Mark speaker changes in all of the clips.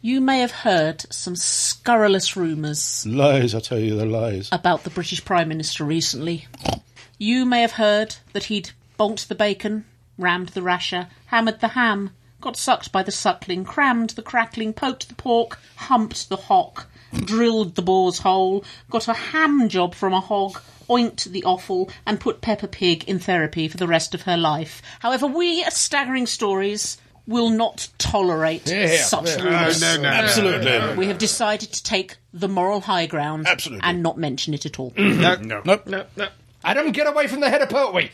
Speaker 1: you may have heard some scurrilous rumours
Speaker 2: Lies, I tell you, the lies.
Speaker 1: about the British Prime Minister recently. You may have heard that he'd bonked the bacon, rammed the rasher, hammered the ham, got sucked by the suckling, crammed the crackling, poked the pork, humped the hock, drilled the boar's hole, got a ham job from a hog, oinked the offal, and put Peppa Pig in therapy for the rest of her life. However, we at Staggering Stories will not tolerate
Speaker 2: yeah.
Speaker 1: such
Speaker 2: Yeah.
Speaker 3: No,
Speaker 1: rumours.
Speaker 3: no, no.
Speaker 2: Absolutely.
Speaker 1: We have decided to take the moral high ground
Speaker 2: Absolutely.
Speaker 1: and not mention it at all.
Speaker 4: Mm.
Speaker 3: No, no,
Speaker 2: Nope.
Speaker 3: no, no. Adam, get away from the head of poetry.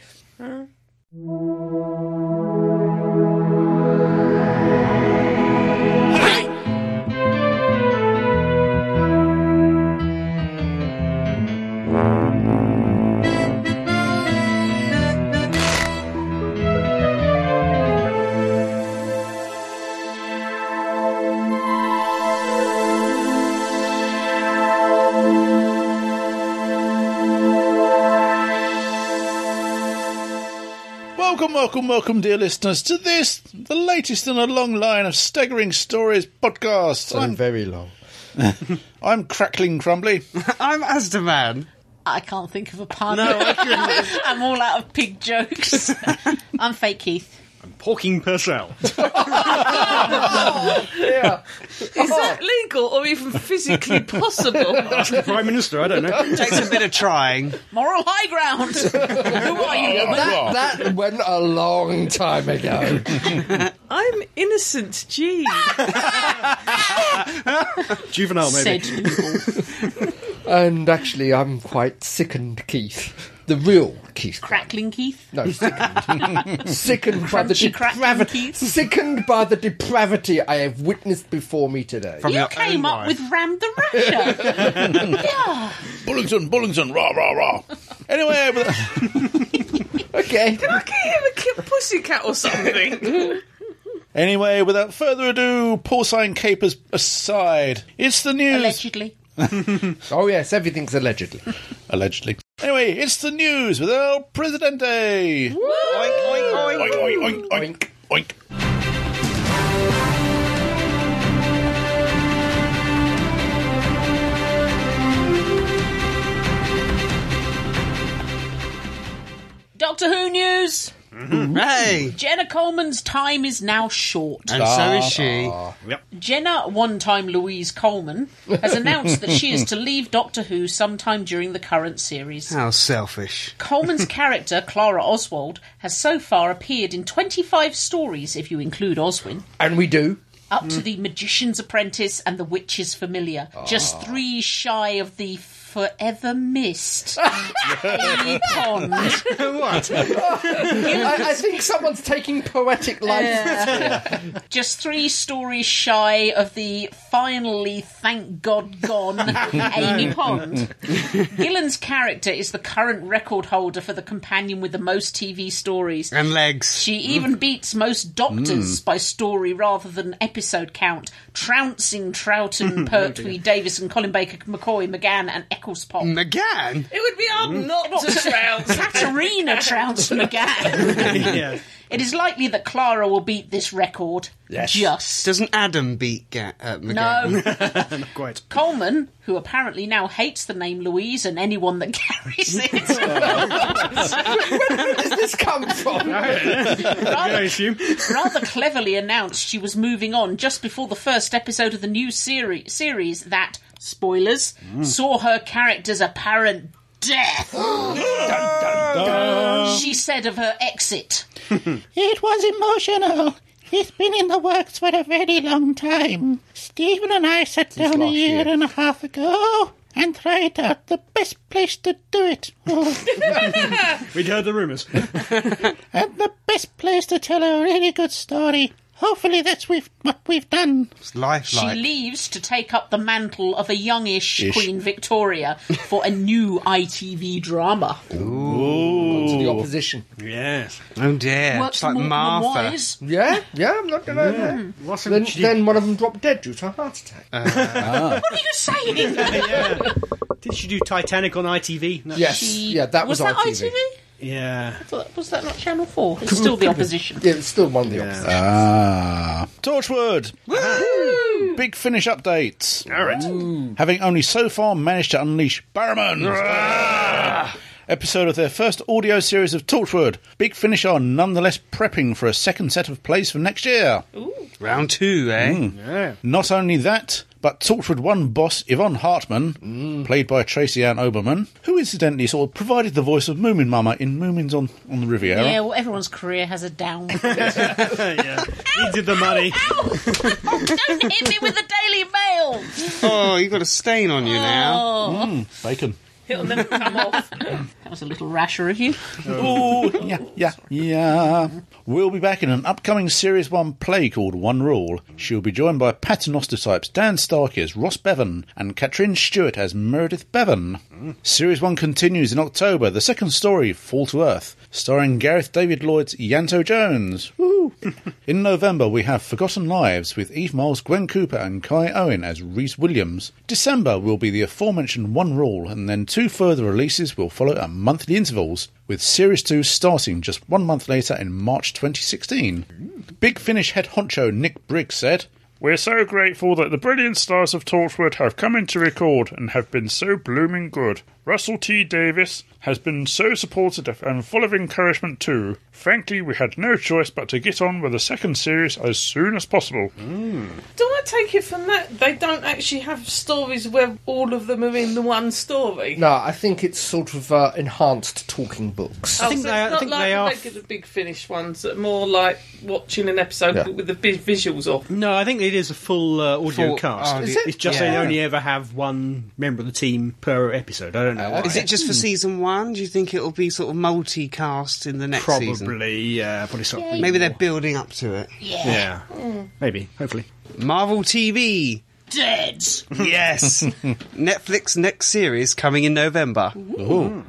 Speaker 2: Welcome, welcome, welcome, dear listeners, to this, the latest in a long line of staggering stories podcast. I'm,
Speaker 3: very long.
Speaker 2: I'm crackling crumbly.
Speaker 4: I'm Asdaman.
Speaker 1: I can't think of a pun.
Speaker 4: No, I couldn't.
Speaker 1: I'm all out of pig jokes. I'm fake Keith.
Speaker 4: Porking Purcell.
Speaker 5: Is that legal or even physically possible?
Speaker 4: Ask the Prime Minister, I don't know. Takes a bit of trying.
Speaker 1: Moral high ground. Who are you? woman?
Speaker 3: That went a long time ago.
Speaker 5: I'm innocent, G.
Speaker 1: Ah,
Speaker 4: Juvenile, maybe.
Speaker 1: Said Noodle.
Speaker 3: and actually, I'm quite sickened, Keith. The real Keith. Cra-
Speaker 1: Crackling Keith.
Speaker 3: No, sickened. sickened by the
Speaker 1: Crunchy crackling
Speaker 3: depravity.
Speaker 1: Keith.
Speaker 3: Sickened by the depravity I have witnessed before me today.
Speaker 4: From
Speaker 1: You
Speaker 4: your
Speaker 1: came
Speaker 4: own
Speaker 1: up
Speaker 4: wife.
Speaker 1: with Ram the Rasher. yeah.
Speaker 2: Bullington, Bullington, rah, rah, rah. Anyway, over the,
Speaker 3: Okay.
Speaker 5: Can you ever kill pussycat or something?
Speaker 2: anyway, without further ado, porcine capers aside, it's the news.
Speaker 1: Allegedly.
Speaker 3: Oh yes, everything's allegedly.
Speaker 2: Allegedly. Anyway, it's the news with El Presidente. Oink, oink, oink, oink.
Speaker 1: Doctor Who news.
Speaker 4: Hey!
Speaker 1: Jenna Coleman's time is now short.
Speaker 4: And so is she.
Speaker 1: Jenna, one time Louise Coleman, has announced that she is to leave Doctor Who sometime during the current series.
Speaker 4: How selfish.
Speaker 1: Coleman's character, Clara Oswald, has so far appeared in 25 stories, if you include Oswin,
Speaker 3: And we do.
Speaker 1: up to The Magician's Apprentice and The Witch's Familiar, just three shy of the forever missed Ely Pond.
Speaker 3: I, I think someone's taking poetic license.
Speaker 1: just three stories shy of the finally, thank God, gone Amy Pond. Gillen's character is the current record holder for the companion with the most TV stories.
Speaker 4: And legs.
Speaker 1: She even beats most doctors by story rather than episode count, trouncing Troughton, Pertwee, Davison, Colin Baker, McCoy, McGann, and Ecclespop.
Speaker 4: McGann?
Speaker 5: It would be hard not to trounce.
Speaker 1: Katerina trounced McGann.
Speaker 4: yeah.
Speaker 1: it is likely that Clara will beat this record. Just.
Speaker 4: Doesn't Adam beat Ga- uh, McGann?
Speaker 1: No.
Speaker 4: Not quite.
Speaker 1: Coleman, who apparently now hates the name Louise and anyone that carries it,
Speaker 3: Where does this come from?
Speaker 4: I assume.
Speaker 1: rather cleverly announced she was moving on just before the first episode of the new seri- series that, spoilers,
Speaker 3: Mm.
Speaker 1: saw her character's apparent death.
Speaker 3: Uh-huh.
Speaker 1: She said of her exit.
Speaker 6: It was emotional. It's been in the works for a very long time. Stephen and I sat down a
Speaker 3: last
Speaker 6: year,
Speaker 3: year.
Speaker 6: and a half ago and tried out the best place to do it.
Speaker 4: We'd heard the rumours.
Speaker 6: and the best place to tell a really good story. Hopefully that's we've, what we've done.
Speaker 4: It's lifelike.
Speaker 1: She leaves to take up the mantle of a youngish Queen Victoria for a new ITV drama.
Speaker 3: to the opposition.
Speaker 4: yes. Oh dear. it's like
Speaker 1: more than
Speaker 4: Martha.
Speaker 1: wise.
Speaker 3: Yeah, yeah, I'm not gonna.
Speaker 4: What's
Speaker 3: Then, then one of them dropped dead due to a heart attack.
Speaker 1: What are you saying?
Speaker 7: Did she do Titanic on ITV? No.
Speaker 3: yes,
Speaker 1: She-
Speaker 3: yeah, that was,
Speaker 1: that
Speaker 3: ITV.
Speaker 1: ITV?
Speaker 7: Yeah.
Speaker 1: But was that not Channel 4? It's still the opposition.
Speaker 3: Yeah, it's still one of the opposite.
Speaker 2: Ah. Torchwood. Big Finish updates.
Speaker 4: All right.
Speaker 2: having only so far managed to unleash Barrowman. Episode of their first audio series of Torchwood. Big Finish are nonetheless prepping for a second set of plays for next year.
Speaker 4: Round two, eh?
Speaker 7: Yeah.
Speaker 2: Not only that, but Torchwood 1 boss Yvonne Hartman, played by Tracy Ann Oberman, who incidentally sort of provided the voice of Moomin Mama in Moomin's on, on the Riviera.
Speaker 1: Yeah, well, everyone's career has a down.
Speaker 7: yeah. Needed the money.
Speaker 1: Oh, Don't hit me with the Daily Mail.
Speaker 4: Oh, you've got a stain on you now.
Speaker 1: Oh,
Speaker 2: Bacon.
Speaker 5: It'll never come off.
Speaker 1: that was a little rasher of you.
Speaker 2: Ooh, yeah, yeah, yeah. We'll be back in an upcoming Series 1 play called One Rule. She'll be joined by Paternoster types Dan Starkey as Ross Bevan and Katrin Stewart as Meredith Bevan. Series 1 continues in October, the second story, Fall to Earth, starring Gareth David Lloyd's Yanto Jones. Woohoo! in November, we have Forgotten Lives with Eve Miles, Gwen Cooper, and Kai Owen as Reese Williams. December will be the aforementioned One Rule, and then two further releases will follow at monthly intervals, with Series 2 starting just one month later in March 2016. Big Finish head honcho Nick Briggs said,
Speaker 8: We're so grateful that the brilliant stars of Torchwood have come in to record and have been so blooming good. Russell T. Davis has been so supportive and full of encouragement too. Frankly, we had no choice but to get on with the second series as soon as possible.
Speaker 5: Do I take it from that they don't actually have stories where all of them are in the one story?
Speaker 3: No, I think it's sort of uh, enhanced talking books.
Speaker 5: Oh,
Speaker 7: think
Speaker 5: so
Speaker 7: they are-
Speaker 5: it's
Speaker 7: I
Speaker 5: not
Speaker 7: think
Speaker 5: like
Speaker 7: they
Speaker 5: the
Speaker 7: are-
Speaker 5: regular big finish ones that are more like watching an episode
Speaker 3: Yeah.
Speaker 5: with the big visuals off.
Speaker 7: No, I think it is a full uh, audio
Speaker 4: Full-
Speaker 7: cast.
Speaker 4: oh,
Speaker 3: Is it?
Speaker 7: It's just they only ever have one member of the team per episode. I don't know. why.
Speaker 4: Is it just for season one? Do you think it'll be sort of multicast in the next season?
Speaker 7: Probably, uh, probably something.
Speaker 4: Maybe they're building up to it.
Speaker 7: Yeah. Maybe. Hopefully.
Speaker 4: Marvel TV.
Speaker 1: Deads.
Speaker 4: Yes. Netflix next series coming in November.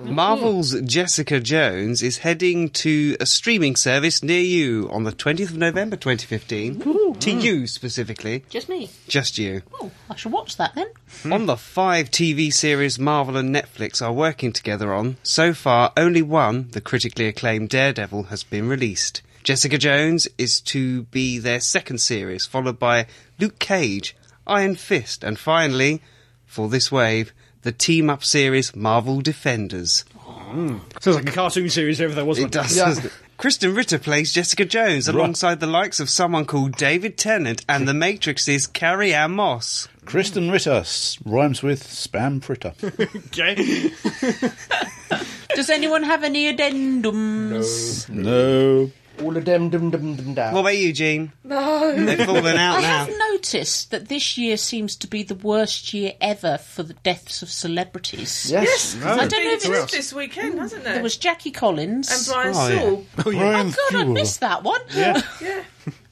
Speaker 4: Marvel's Jessica Jones is heading to a streaming service near you on the 20th of November 2015. To you specifically,
Speaker 1: Just me.
Speaker 4: just you.
Speaker 1: Oh, I should watch that then.
Speaker 4: On the five TV series Marvel and Netflix are working together on, so far only one, the critically acclaimed Daredevil, has been released. Jessica Jones is to be their second series, followed by Luke Cage, Iron Fist, and finally, for this wave, the team up series Marvel Defenders.
Speaker 7: Sounds like a cartoon series if there was one.
Speaker 4: It does.
Speaker 3: Yeah.
Speaker 4: doesn't it? Kristen Ritter plays Jessica Jones alongside the likes of someone called David Tennant and The Matrix's Carrie Ann Moss.
Speaker 2: Kristen Ritter s- rhymes with spam fritter.
Speaker 7: Okay.
Speaker 1: Does anyone have any addendums?
Speaker 2: no.
Speaker 3: All of them, dum dum dum down.
Speaker 4: What about you, Gene?
Speaker 5: No.
Speaker 4: They've fallen out
Speaker 1: I
Speaker 4: now.
Speaker 1: have noticed that this year seems to be the worst year ever for the deaths of celebrities.
Speaker 3: yes.
Speaker 1: I don't know if
Speaker 5: It's
Speaker 1: it's.
Speaker 5: this weekend, hasn't it?
Speaker 1: There was Jackie Collins.
Speaker 5: and Brian
Speaker 4: Oh, yeah.
Speaker 5: Saul.
Speaker 1: Oh God, I missed that one.
Speaker 5: Yeah.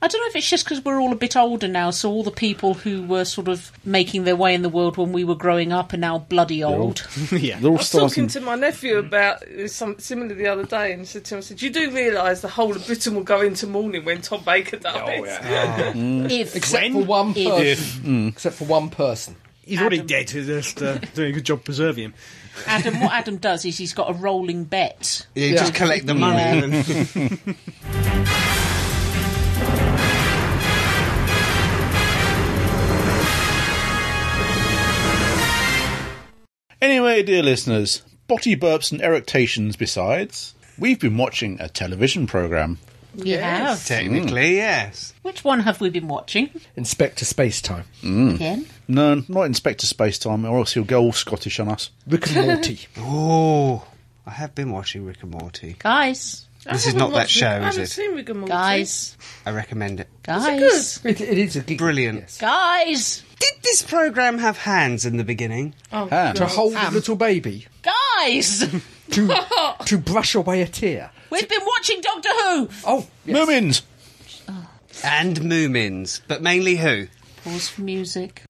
Speaker 1: I don't know if it's just because we're all a bit older now, so all the people who were sort of making their way in the world when we were growing up are now bloody old.
Speaker 7: yeah.
Speaker 2: They're all
Speaker 5: I was
Speaker 2: starting.
Speaker 5: talking to my nephew about uh, some similar the other day, and said to him, "I said you do realise the whole of Britain will go into mourning when Tom Baker dies."
Speaker 7: Oh, yeah.
Speaker 1: if
Speaker 3: Except for one
Speaker 1: If-
Speaker 3: person. Except for one person.
Speaker 7: He's already dead. He's just uh, doing a good job preserving him.
Speaker 1: Adam, what Adam does is he's got a rolling bet.
Speaker 4: You just collect the money.
Speaker 1: Yeah.
Speaker 4: and then-
Speaker 2: Anyway, dear listeners, body burps and erectations besides, we've been watching a television programme.
Speaker 1: You have.
Speaker 4: Technically, yes.
Speaker 1: Which one have we been watching
Speaker 3: Inspector Space Time.
Speaker 1: again?
Speaker 2: No, not Inspector Spacetime, or else he'll go all Scottish on us.
Speaker 3: Rick and Morty.
Speaker 4: Oh, I have been watching Rick and Morty.
Speaker 1: Guys,
Speaker 5: I
Speaker 4: This is
Speaker 5: haven't
Speaker 4: not that
Speaker 5: watched
Speaker 4: show,
Speaker 5: I
Speaker 4: is
Speaker 5: haven't
Speaker 4: it?
Speaker 5: seen Rick and Morty.
Speaker 1: guys,
Speaker 4: I recommend it.
Speaker 1: guys,
Speaker 3: it, it is a gig.
Speaker 4: Brilliant.
Speaker 3: Yes.
Speaker 1: guys,
Speaker 4: Did this program have hands in the beginning?
Speaker 2: Ham.
Speaker 3: To hold a little baby.
Speaker 1: guys!
Speaker 3: To, to brush away a tear.
Speaker 1: We've been watching Doctor Who!
Speaker 3: Oh, yes.
Speaker 2: Moomins!
Speaker 4: And Moomins, but mainly who?
Speaker 1: Pause for music.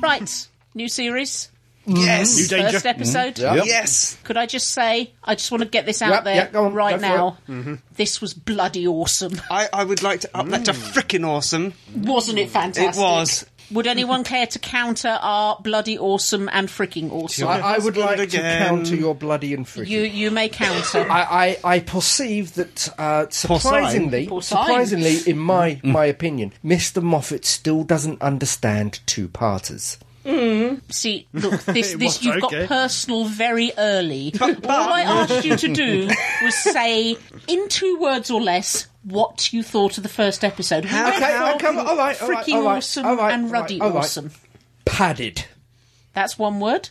Speaker 1: Right, new series,
Speaker 4: Yes.
Speaker 7: Danger.
Speaker 1: first episode.
Speaker 3: Mm-hmm. Yep.
Speaker 4: Yes.
Speaker 1: Could I just say, I just want to get this out
Speaker 3: Yep,
Speaker 1: there
Speaker 3: yep, go on, go
Speaker 1: right
Speaker 3: for Mm-hmm.
Speaker 1: now. This was bloody awesome.
Speaker 4: I, I would like to up that to frickin' awesome.
Speaker 1: Wasn't it fantastic?
Speaker 4: It was.
Speaker 1: Would anyone care to counter our bloody awesome and fricking awesome?
Speaker 3: I, I would like
Speaker 4: again.
Speaker 3: to counter your bloody and freaking.
Speaker 1: You you may counter.
Speaker 3: I, I, I perceive that uh, surprisingly,
Speaker 1: Porcine.
Speaker 3: surprisingly, in my my opinion, Mister Moffat still doesn't understand two parters.
Speaker 1: See, look, this, this
Speaker 7: was
Speaker 1: you've
Speaker 7: okay.
Speaker 1: got personal very early. All I asked you to do was say in two words or less what you thought of the first episode. We went
Speaker 3: Okay,
Speaker 1: from
Speaker 3: okay, all right, all right,
Speaker 1: Freaking
Speaker 3: all right,
Speaker 1: awesome
Speaker 3: all right, all
Speaker 1: and
Speaker 3: right,
Speaker 1: ruddy
Speaker 3: all right.
Speaker 1: awesome.
Speaker 3: Padded.
Speaker 1: That's one word.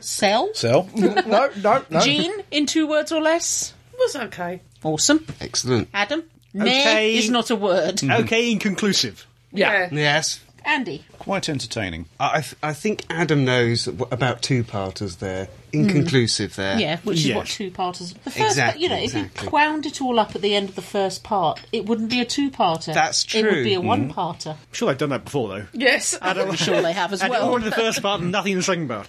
Speaker 1: Sell.
Speaker 2: Sell?
Speaker 3: No, no, no.
Speaker 1: Gene in two words or less.
Speaker 5: was okay.
Speaker 1: Awesome.
Speaker 4: Excellent.
Speaker 1: Adam.
Speaker 7: Okay.
Speaker 1: Nay is not a word.
Speaker 3: Mm.
Speaker 4: Mm-hmm.
Speaker 7: Okay, inconclusive.
Speaker 5: Yeah.
Speaker 4: Yes.
Speaker 1: Andy.
Speaker 2: Quite entertaining.
Speaker 4: I, I th- I think Adam knows wh- about two parters there. Inconclusive there.
Speaker 1: Yeah, which is what
Speaker 7: Yes.
Speaker 1: two parters. The first,
Speaker 4: Exactly,
Speaker 1: you know, if
Speaker 4: exactly.
Speaker 1: you wound it all up at the end of the first part, it wouldn't be a two-parter.
Speaker 4: That's
Speaker 1: It
Speaker 4: true.
Speaker 1: would be
Speaker 3: Mm.
Speaker 1: a one-parter.
Speaker 7: I'm sure they've done that before, though.
Speaker 5: Yes.
Speaker 1: I'm sure they have as
Speaker 7: And all
Speaker 1: well.
Speaker 7: in the first part and nothing in the second part.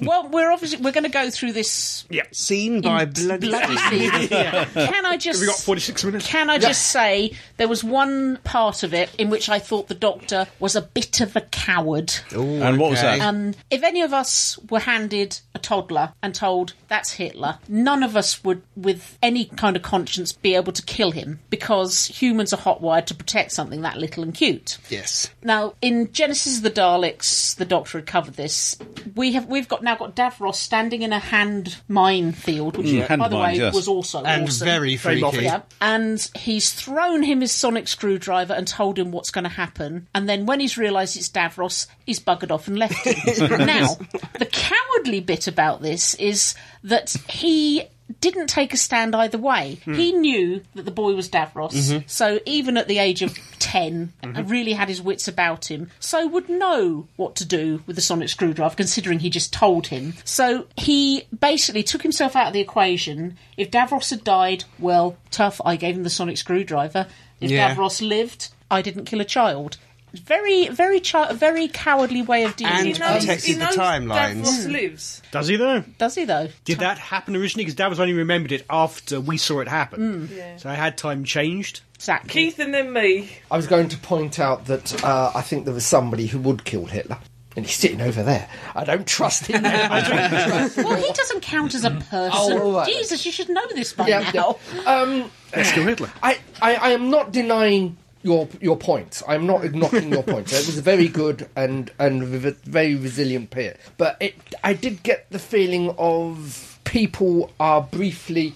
Speaker 1: Well, we're obviously we're going to go through this
Speaker 4: Seen by bloody.
Speaker 1: bloody season. Can I just
Speaker 7: We got 46 minutes.
Speaker 1: can I just say there was one part of it in which I thought the Doctor was a bit of a coward.
Speaker 4: Ooh,
Speaker 2: And what was
Speaker 4: okay.
Speaker 2: that?
Speaker 1: Um, if any of us were handed a toddler and told that's Hitler, none of us would, with any kind of conscience, be able to kill him because humans are hotwired to protect something that little and cute.
Speaker 4: Yes.
Speaker 1: Now, in Genesis of the Daleks, the Doctor had covered this. We have we've got now got Davros standing in a hand mine field, which by
Speaker 2: Mm, hand
Speaker 1: the
Speaker 2: mine,
Speaker 1: way
Speaker 2: yes.
Speaker 1: was also
Speaker 4: And
Speaker 1: awesome.
Speaker 4: very freaky.
Speaker 1: Yeah. And he's thrown him his sonic screwdriver and told him what's going to happen. And then when he's realised it's Davros, he's buggered off and left him. now, the cowardly bit about this is that he didn't take a stand either way.
Speaker 2: Hmm.
Speaker 1: He knew that the boy was Davros. So even at the age of 10, really had his wits about him. So would know what to do with the sonic screwdriver considering he just told him. So he basically took himself out of the equation. If Davros had died, well, tough, I gave him the sonic screwdriver. If
Speaker 4: Yeah.
Speaker 1: Davros lived, I didn't kill a child. Very, very, chi- very cowardly way of dealing
Speaker 4: And
Speaker 5: He
Speaker 1: with
Speaker 5: knows,
Speaker 1: things.
Speaker 4: protected
Speaker 5: he
Speaker 4: the
Speaker 5: knows
Speaker 4: timelines. Hmm.
Speaker 5: Davros lives.
Speaker 7: Does he, though?
Speaker 1: Does he though?
Speaker 7: Did that happen originally? Because Dad was only remembered it after we saw it happen.
Speaker 3: Mm.
Speaker 7: So I had time changed.
Speaker 1: Exactly.
Speaker 5: Keith and then me.
Speaker 3: I was going to point out that uh, I think there was somebody who would kill Hitler, and he's sitting over there. I don't trust him. I don't trust him.
Speaker 1: Well, he doesn't count as a person.
Speaker 3: Oh, all right.
Speaker 1: Jesus, you should know this by
Speaker 3: Yeah,
Speaker 1: now.
Speaker 3: yeah. Um,
Speaker 7: Let's kill Hitler.
Speaker 3: I, I, I am not denying your your point. I'm not knocking your point. It was a very good and and re- very resilient pair, but it I did get the feeling of people are briefly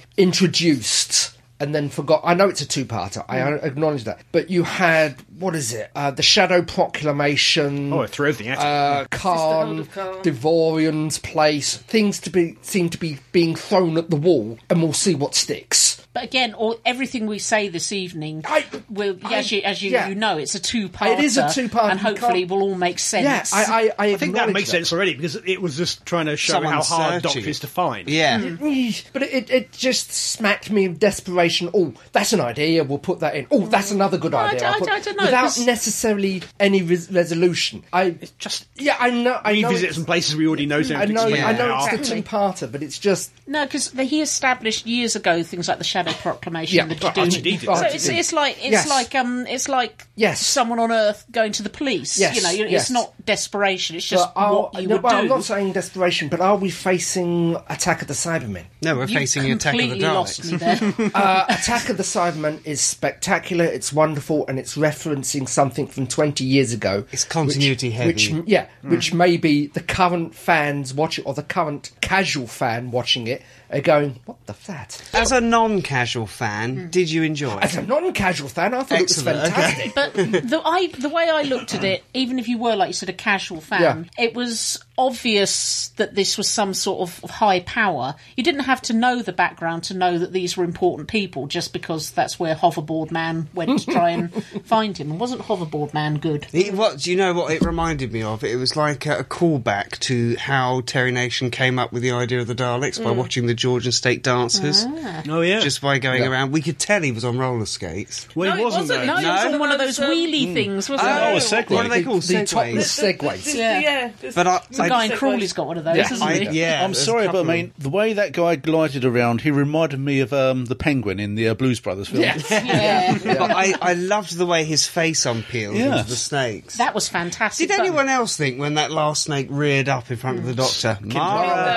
Speaker 3: introduced. And then forgot. I know it's a two-parter. I
Speaker 7: Mm.
Speaker 3: acknowledge that. But you had what is it? Uh, the Shadow Proclamation.
Speaker 7: Oh, I threw everything at him.
Speaker 3: uh, Khan,
Speaker 5: of Khan.
Speaker 3: Devorian's place. Things to be seem to be being thrown at the wall, and we'll see what sticks.
Speaker 1: But again, all everything we say this evening,
Speaker 3: I-
Speaker 1: will,
Speaker 3: I-
Speaker 1: as you as you,
Speaker 3: yeah.
Speaker 1: you know, it's a two-parter.
Speaker 3: It is a two-parter.
Speaker 1: and
Speaker 3: You
Speaker 1: hopefully,
Speaker 3: can't-
Speaker 1: will all make sense.
Speaker 3: Yeah, I, I, I,
Speaker 7: I think that
Speaker 3: acknowledge
Speaker 7: makes sense already because it was just trying to show how
Speaker 4: Someone's
Speaker 7: hard
Speaker 4: searching.
Speaker 7: Doctor is to find.
Speaker 4: Yeah.
Speaker 3: Mm, But it, it, it just smacked me of desperation. Oh, that's an idea. We'll put that in. Oh, that's another good
Speaker 1: I
Speaker 3: idea.
Speaker 1: don't-
Speaker 3: I'll put-
Speaker 1: I don't know,
Speaker 3: Without
Speaker 1: 'cause-
Speaker 3: necessarily any res- resolution. I
Speaker 7: Just
Speaker 3: yeah, I know. I know.
Speaker 7: revisit
Speaker 3: It's, Mm,
Speaker 7: some places we already know. so we
Speaker 3: I
Speaker 7: don't
Speaker 3: know.
Speaker 7: explain
Speaker 3: I
Speaker 7: where they
Speaker 3: know
Speaker 7: are.
Speaker 3: it's the two-parter, but it's just
Speaker 1: No, because he established years ago things like the Shadow Proclamation.
Speaker 3: Yeah,
Speaker 1: the
Speaker 7: well,
Speaker 1: Jadoo-
Speaker 7: RTD did
Speaker 1: so
Speaker 7: that.
Speaker 1: it's, it's like it's
Speaker 3: Yes.
Speaker 1: like um it's like
Speaker 3: Yes.
Speaker 1: someone on Earth going to the police.
Speaker 3: Yes,
Speaker 1: You know, you-
Speaker 3: yes.
Speaker 1: it's not desperation. It's just
Speaker 3: but are-
Speaker 1: what you
Speaker 3: no,
Speaker 1: would
Speaker 3: well,
Speaker 1: do.
Speaker 3: I'm not saying desperation, but are we facing Attack of the Cybermen?
Speaker 4: No, we're
Speaker 1: You
Speaker 4: facing Attack of the
Speaker 1: completely lost
Speaker 4: Daleks.
Speaker 1: me there.
Speaker 3: Uh, Attack of the Cybermen is spectacular. It's wonderful, and it's referencing something from 20 years ago.
Speaker 4: It's continuity heavy.
Speaker 3: Which, yeah, which maybe the current fans watch it, or the current casual fan watching it, are going, "What the fat?"
Speaker 4: As a non-casual fan,
Speaker 1: Hmm.
Speaker 4: did you enjoy
Speaker 3: As
Speaker 4: it?
Speaker 3: a non-casual fan, I thought it
Speaker 4: Excellent,
Speaker 3: was
Speaker 4: okay.
Speaker 3: fantastic.
Speaker 1: But the I the way I looked at it, even if you were like you said a casual fan, it was obvious that this was some sort of high power. You didn't have to know the background to know that these were important people, just because that's where Hoverboard Man went to try and find him. And wasn't Hoverboard Man good?
Speaker 4: It, what do you know? What it reminded me of? It was like a, a callback to how Terry Nation came up with the idea of the Daleks
Speaker 1: Hmm.
Speaker 4: by watching the Georgian state dancers.
Speaker 1: Ah.
Speaker 7: Oh yeah.
Speaker 4: Just by going around, we could tell he was on roller skates.
Speaker 7: well,
Speaker 5: No,
Speaker 7: it
Speaker 5: it
Speaker 7: wasn't.
Speaker 5: wasn't,
Speaker 7: though.
Speaker 1: No, it was on one of those
Speaker 5: Um,
Speaker 1: wheelie things, wasn't
Speaker 2: Oh,
Speaker 1: it?
Speaker 2: a segue.
Speaker 4: What are they
Speaker 3: The,
Speaker 4: called?
Speaker 3: the
Speaker 4: Segways.
Speaker 3: topless
Speaker 5: The-
Speaker 3: segways.
Speaker 5: the-
Speaker 1: Yeah.
Speaker 5: yeah.
Speaker 4: But I, I
Speaker 1: some guy in
Speaker 5: Stepwise.
Speaker 1: Crawley's got one of those,
Speaker 3: Yeah.
Speaker 1: hasn't
Speaker 4: I,
Speaker 1: he?
Speaker 4: yeah,
Speaker 2: I'm
Speaker 4: there's a
Speaker 2: sorry, but I
Speaker 4: couple
Speaker 2: mean, the way that guy glided around, he reminded me of um, the penguin in the uh, Blues Brothers film.
Speaker 3: Yes.
Speaker 1: Yeah.
Speaker 4: of them. But I, I loved the way his face unpeeled
Speaker 2: Yeah.
Speaker 4: into the snakes.
Speaker 1: That was fantastic.
Speaker 4: Did
Speaker 1: but-
Speaker 4: anyone else think when that last snake reared up in front of the doctor? Mara,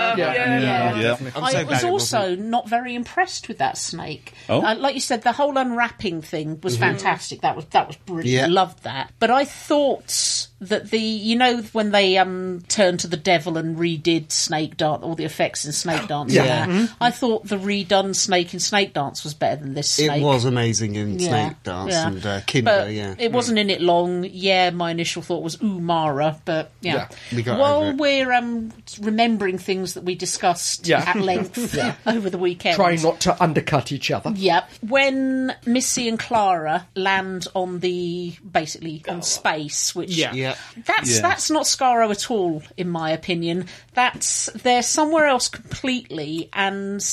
Speaker 5: Uh,
Speaker 3: Yeah.
Speaker 5: yeah.
Speaker 1: Yeah.
Speaker 2: Yeah.
Speaker 4: I'm so
Speaker 1: Hmm. I
Speaker 4: glad
Speaker 1: was
Speaker 4: it
Speaker 1: also not very impressed with that snake.
Speaker 2: Oh?
Speaker 1: Uh, like you said, the whole unwrapping thing
Speaker 4: Mm-hmm.
Speaker 1: was fantastic. That was that was brilliant.
Speaker 4: Yeah.
Speaker 1: Loved that. But I thought that the you know when they um turned to the devil and redid Snake Dance, all the effects in Snake Dance. and
Speaker 4: Yeah. Mm-hmm.
Speaker 1: that, I thought the redone Snake in Snake Dance was better than this
Speaker 4: It
Speaker 1: snake.
Speaker 4: was amazing in
Speaker 1: Yeah,
Speaker 4: Snake Dance
Speaker 1: yeah.
Speaker 4: and uh, Kinder,
Speaker 1: But
Speaker 4: yeah.
Speaker 1: It wasn't in it long. Yeah, my initial thought was ooh Mara, but yeah.
Speaker 4: Yeah, we got over
Speaker 1: While
Speaker 4: it.
Speaker 1: we're um, remembering things that we discussed
Speaker 3: Yeah.
Speaker 1: at length over the weekend.
Speaker 3: Try not to undercut each other.
Speaker 1: Yep. When Missy and Clara land on the basically on space, which
Speaker 7: Yeah.
Speaker 4: Yeah.
Speaker 1: that's
Speaker 2: Yeah.
Speaker 1: that's not Scarrow at all, in my opinion. That's they're somewhere else completely, and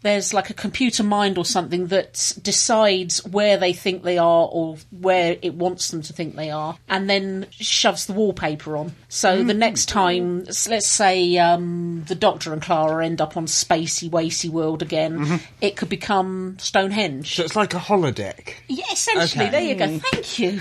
Speaker 1: there's like a computer mind or something that decides where they think they are or where it wants them to think they are, and then shoves the wallpaper on. So the next time, s- let's say um, the Doctor and Clara end up on spacey, wacy world again, it could become Stonehenge.
Speaker 4: So it's like a holodeck.
Speaker 1: Yeah, essentially.
Speaker 4: Okay.
Speaker 1: There you go. Thank you.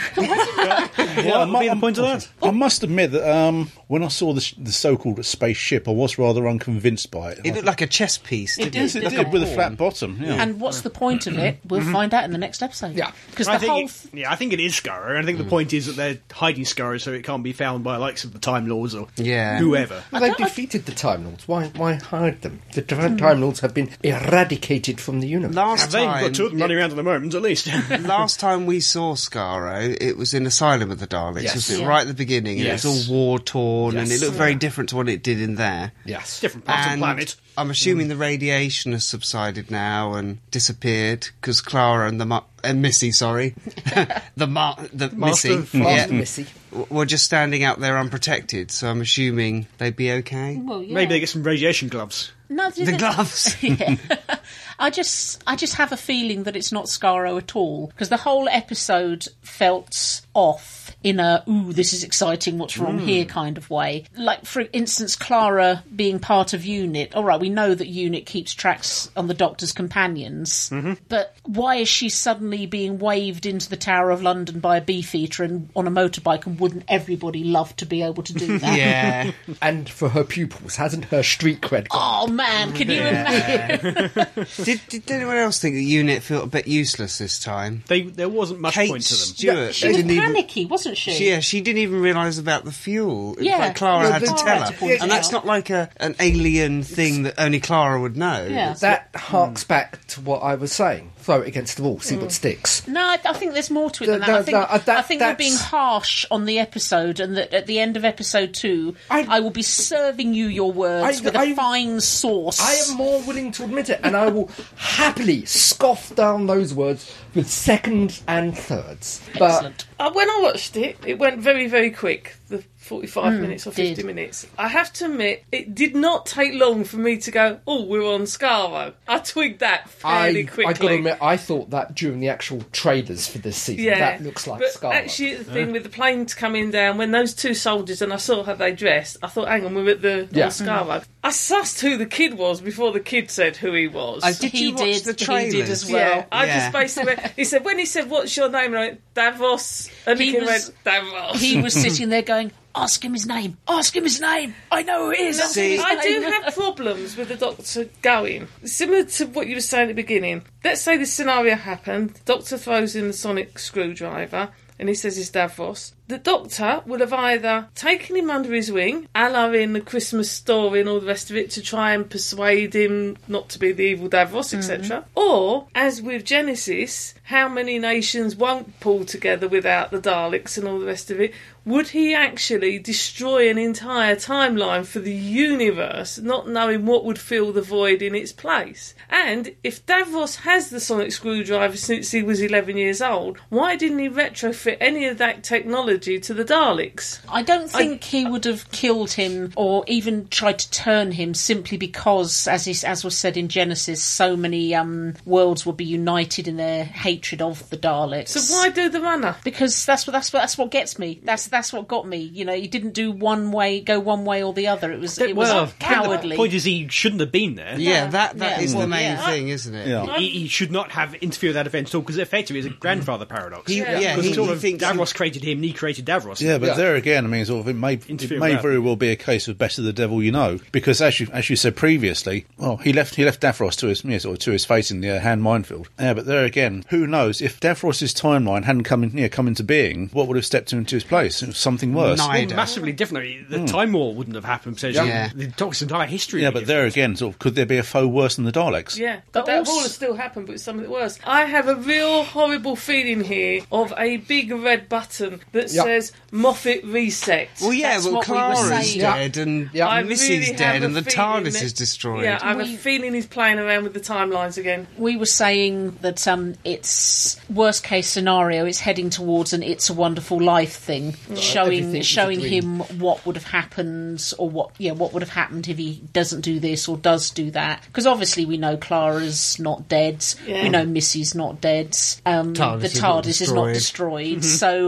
Speaker 2: Yeah,
Speaker 7: What would be the point of that?
Speaker 2: I must admit that um, when I saw the, sh- the so-called spaceship, I was rather unconvinced by it.
Speaker 4: It looked like a chess piece. didn't
Speaker 1: did,
Speaker 4: it?
Speaker 2: Yes, it
Speaker 1: didn't
Speaker 2: did,
Speaker 1: it?
Speaker 2: with a flat bottom. Yeah.
Speaker 1: And what's the point of it? We'll find out in the next episode.
Speaker 3: Yeah.
Speaker 1: because
Speaker 7: Mm-hmm. I
Speaker 1: the
Speaker 7: think
Speaker 1: whole
Speaker 7: it-
Speaker 1: th-
Speaker 7: yeah, I think it is Scarrow, and I
Speaker 4: Hmm.
Speaker 7: think the point is that they're hiding Scarrow so it can't be found by likes of the Time Lords or
Speaker 4: Yeah.
Speaker 7: whoever.
Speaker 3: They defeated the Time Lords. Why? Why hide them? The Time Lords have been eradicated from the universe.
Speaker 4: Last
Speaker 7: They've
Speaker 4: time,
Speaker 7: got two of them running around at the moment, at least.
Speaker 4: last time we saw Scarrow, it was in Asylum of the Daleks,
Speaker 3: Yes.
Speaker 4: wasn't it?
Speaker 1: Yeah.
Speaker 4: Right at the beginning, and it
Speaker 7: Yes.
Speaker 4: was all war torn, and
Speaker 7: Yes.
Speaker 4: it looked very different to what it did in there.
Speaker 3: Yes.
Speaker 7: Different parts of
Speaker 4: And
Speaker 7: the planet.
Speaker 4: I'm assuming the radiation has subsided now and disappeared because Clara and the mu- and Missy, sorry, the ma- the
Speaker 7: Master-
Speaker 4: Missy,
Speaker 3: Master
Speaker 4: yeah,
Speaker 3: Missy.
Speaker 4: w- were just standing out there unprotected. So I'm assuming they'd be okay.
Speaker 1: well, yeah.
Speaker 7: Maybe they get some radiation gloves.
Speaker 1: no, they
Speaker 4: The
Speaker 1: didn't.
Speaker 4: gloves.
Speaker 1: Yeah. I just, I just have a feeling that it's not Scarrow at all because the whole episode felt off in a "ooh, this is exciting, what's wrong
Speaker 4: Hmm.
Speaker 1: here" kind of way. Like, for instance, Clara being part of Unit. All right, we know that Unit keeps tracks on the Doctor's companions,
Speaker 4: Mm-hmm.
Speaker 1: but why is she suddenly being waved into the Tower of London by a beefeater and on a motorbike? And wouldn't everybody love to be able to do that?
Speaker 4: yeah,
Speaker 3: And for her pupils, hasn't her street cred gone?
Speaker 1: Oh man, can you imagine?
Speaker 4: did, did anyone else think the unit felt a bit useless this time?
Speaker 7: They there wasn't much
Speaker 4: Kate
Speaker 7: point to them.
Speaker 4: Stewart.
Speaker 1: She was
Speaker 4: didn't even-
Speaker 1: panicky, wasn't she?
Speaker 4: She, yeah, she didn't even realise about the fuel. In
Speaker 1: Yeah.
Speaker 4: fact, Clara
Speaker 1: No,
Speaker 4: had to
Speaker 1: Clara
Speaker 4: tell
Speaker 1: had
Speaker 4: her.
Speaker 1: to point it
Speaker 4: and that's
Speaker 1: out.
Speaker 4: not like a, an alien thing that only Clara would know.
Speaker 1: Yeah.
Speaker 5: Oh,
Speaker 3: That harks
Speaker 5: Mm.
Speaker 3: back to what I was saying. Throw it against the wall, see what sticks.
Speaker 1: No, I, I think there's more to it than that.
Speaker 3: No,
Speaker 1: I think,
Speaker 3: no, uh, that-
Speaker 1: I think we're
Speaker 3: that's-
Speaker 1: being harsh on the episode, and that at the end of episode two, I,
Speaker 3: I-
Speaker 1: will be serving you your words
Speaker 3: I-
Speaker 1: with a
Speaker 3: I-
Speaker 1: fine sauce.
Speaker 3: I am more willing to admit it, and I will happily scoff down those words with seconds and thirds. But
Speaker 1: excellent.
Speaker 5: Uh, when I watched it, it went very, very quick. The forty-five minutes or fifty
Speaker 1: Hmm, did.
Speaker 5: minutes. I have to admit, it did not take long for me to go. Oh, we're on Scarvo. I twigged that fairly
Speaker 3: I,
Speaker 5: quickly.
Speaker 3: I gotta admit, I thought that during the actual trailers for this season,
Speaker 5: Yeah,
Speaker 3: that looks like
Speaker 5: but
Speaker 3: Scarlet.
Speaker 5: Actually, the thing with the planes coming down, when those two soldiers and I saw how they dressed, I thought, hang on, we're at the
Speaker 3: Yeah.
Speaker 5: yeah. Scarvo. I sussed who the kid was before the kid said who he was.
Speaker 4: I did
Speaker 1: He
Speaker 4: you watch
Speaker 1: did-
Speaker 4: the
Speaker 1: he
Speaker 4: trailers?
Speaker 1: did as well.
Speaker 5: yeah, I
Speaker 4: Yeah.
Speaker 5: just basically went. He said when he said, "What's your name?" And I went, "Davos," and
Speaker 1: He
Speaker 5: he,
Speaker 1: was-
Speaker 5: went, "Davos."
Speaker 1: He was sitting there going, "Ask him his name. Ask him his name. I know who it is." Ask him
Speaker 4: See-
Speaker 1: his
Speaker 5: I do
Speaker 1: name."
Speaker 5: have problems with the doctor going. Similar to what you were saying at the beginning. Let's say this scenario happened. The doctor throws in the sonic screwdriver and he says he's Davros. The doctor would have either taken him under his wing, a la in the Christmas story and all the rest of it, to try and persuade him not to be the evil Davros, etc.
Speaker 4: Mm-hmm.
Speaker 5: Or, as with Genesis, how many nations won't pull together without the Daleks and all the rest of it? Would he actually destroy an entire timeline for the universe, not knowing what would fill the void in its place? And if Davros has the sonic screwdriver since he was 11 years old, why didn't he retrofit any of that technology apology to the Daleks.
Speaker 1: I don't think he would have killed him or even tried to turn him simply because, as is, as was said in Genesis, so many um, worlds would be united in their hatred of the Daleks.
Speaker 5: So why do the runner?
Speaker 1: Because that's what that's what that's what gets me. That's that's what got me. You know, he didn't do one way, go one way or the other. It was it was
Speaker 7: well,
Speaker 1: cowardly.
Speaker 7: The point is, he shouldn't have been there.
Speaker 4: Yeah, that that is
Speaker 1: yeah.
Speaker 4: the
Speaker 1: Well,
Speaker 4: main
Speaker 1: yeah.
Speaker 4: thing, isn't it?
Speaker 2: Yeah.
Speaker 7: He, he should not have interfered with that event at all because effectively it's a grandfather paradox.
Speaker 4: He- yeah,
Speaker 7: because
Speaker 4: he-
Speaker 7: sort
Speaker 4: he
Speaker 7: of
Speaker 4: thinks-
Speaker 7: Davros created him, and he created Davros.
Speaker 2: Yeah, but
Speaker 3: Yeah.
Speaker 2: there again, I mean, sort of, it may it
Speaker 7: Interfere
Speaker 2: may
Speaker 7: with that.
Speaker 2: very well be a case of better the devil you know, because as you as you said previously, well, he left he left Davros to his yeah, sort of to his face in the uh, hand minefield. Yeah, but there again, who knows if Davros's timeline hadn't come in, yeah, come into being, what would have stepped into his place? It was something worse.
Speaker 4: Nine.
Speaker 7: Well, massively different. The time war wouldn't have happened potentially.
Speaker 4: Hmm. Yeah.
Speaker 7: The Doctor's entire history.
Speaker 2: Yeah,
Speaker 7: would be
Speaker 2: but there again, sort of, could there be a foe worse than the Daleks?
Speaker 5: Yeah,
Speaker 1: But
Speaker 5: but that
Speaker 1: also-
Speaker 5: will has still happened, but it's something worse. I have a real horrible feeling here of a big red button that
Speaker 3: Yeah.
Speaker 5: says Moffat reset.
Speaker 4: Well, yeah,
Speaker 1: That's
Speaker 4: well,
Speaker 1: what we were
Speaker 4: Clara's
Speaker 1: saying.
Speaker 4: dead, and
Speaker 3: Yeah. I
Speaker 4: Missy's
Speaker 5: really have
Speaker 4: dead,
Speaker 5: a
Speaker 4: and the
Speaker 5: feeling
Speaker 4: TARDIS
Speaker 5: that-
Speaker 4: is destroyed.
Speaker 5: Yeah, I have
Speaker 1: We-
Speaker 5: a feeling he's playing around with the timelines again.
Speaker 1: we were saying that um, it's worst case scenario it's heading towards an it's a wonderful life thing
Speaker 3: everything
Speaker 1: showing
Speaker 3: is a
Speaker 1: showing him
Speaker 3: dream.
Speaker 1: what would have happened or what yeah what would have happened if he doesn't do this or does do that because obviously we know Clara's not dead
Speaker 5: Yeah.
Speaker 1: we know Missy's not dead um,
Speaker 4: TARDIS
Speaker 1: the
Speaker 4: is not
Speaker 1: TARDIS is not
Speaker 4: destroyed.
Speaker 3: Mm-hmm.
Speaker 1: destroyed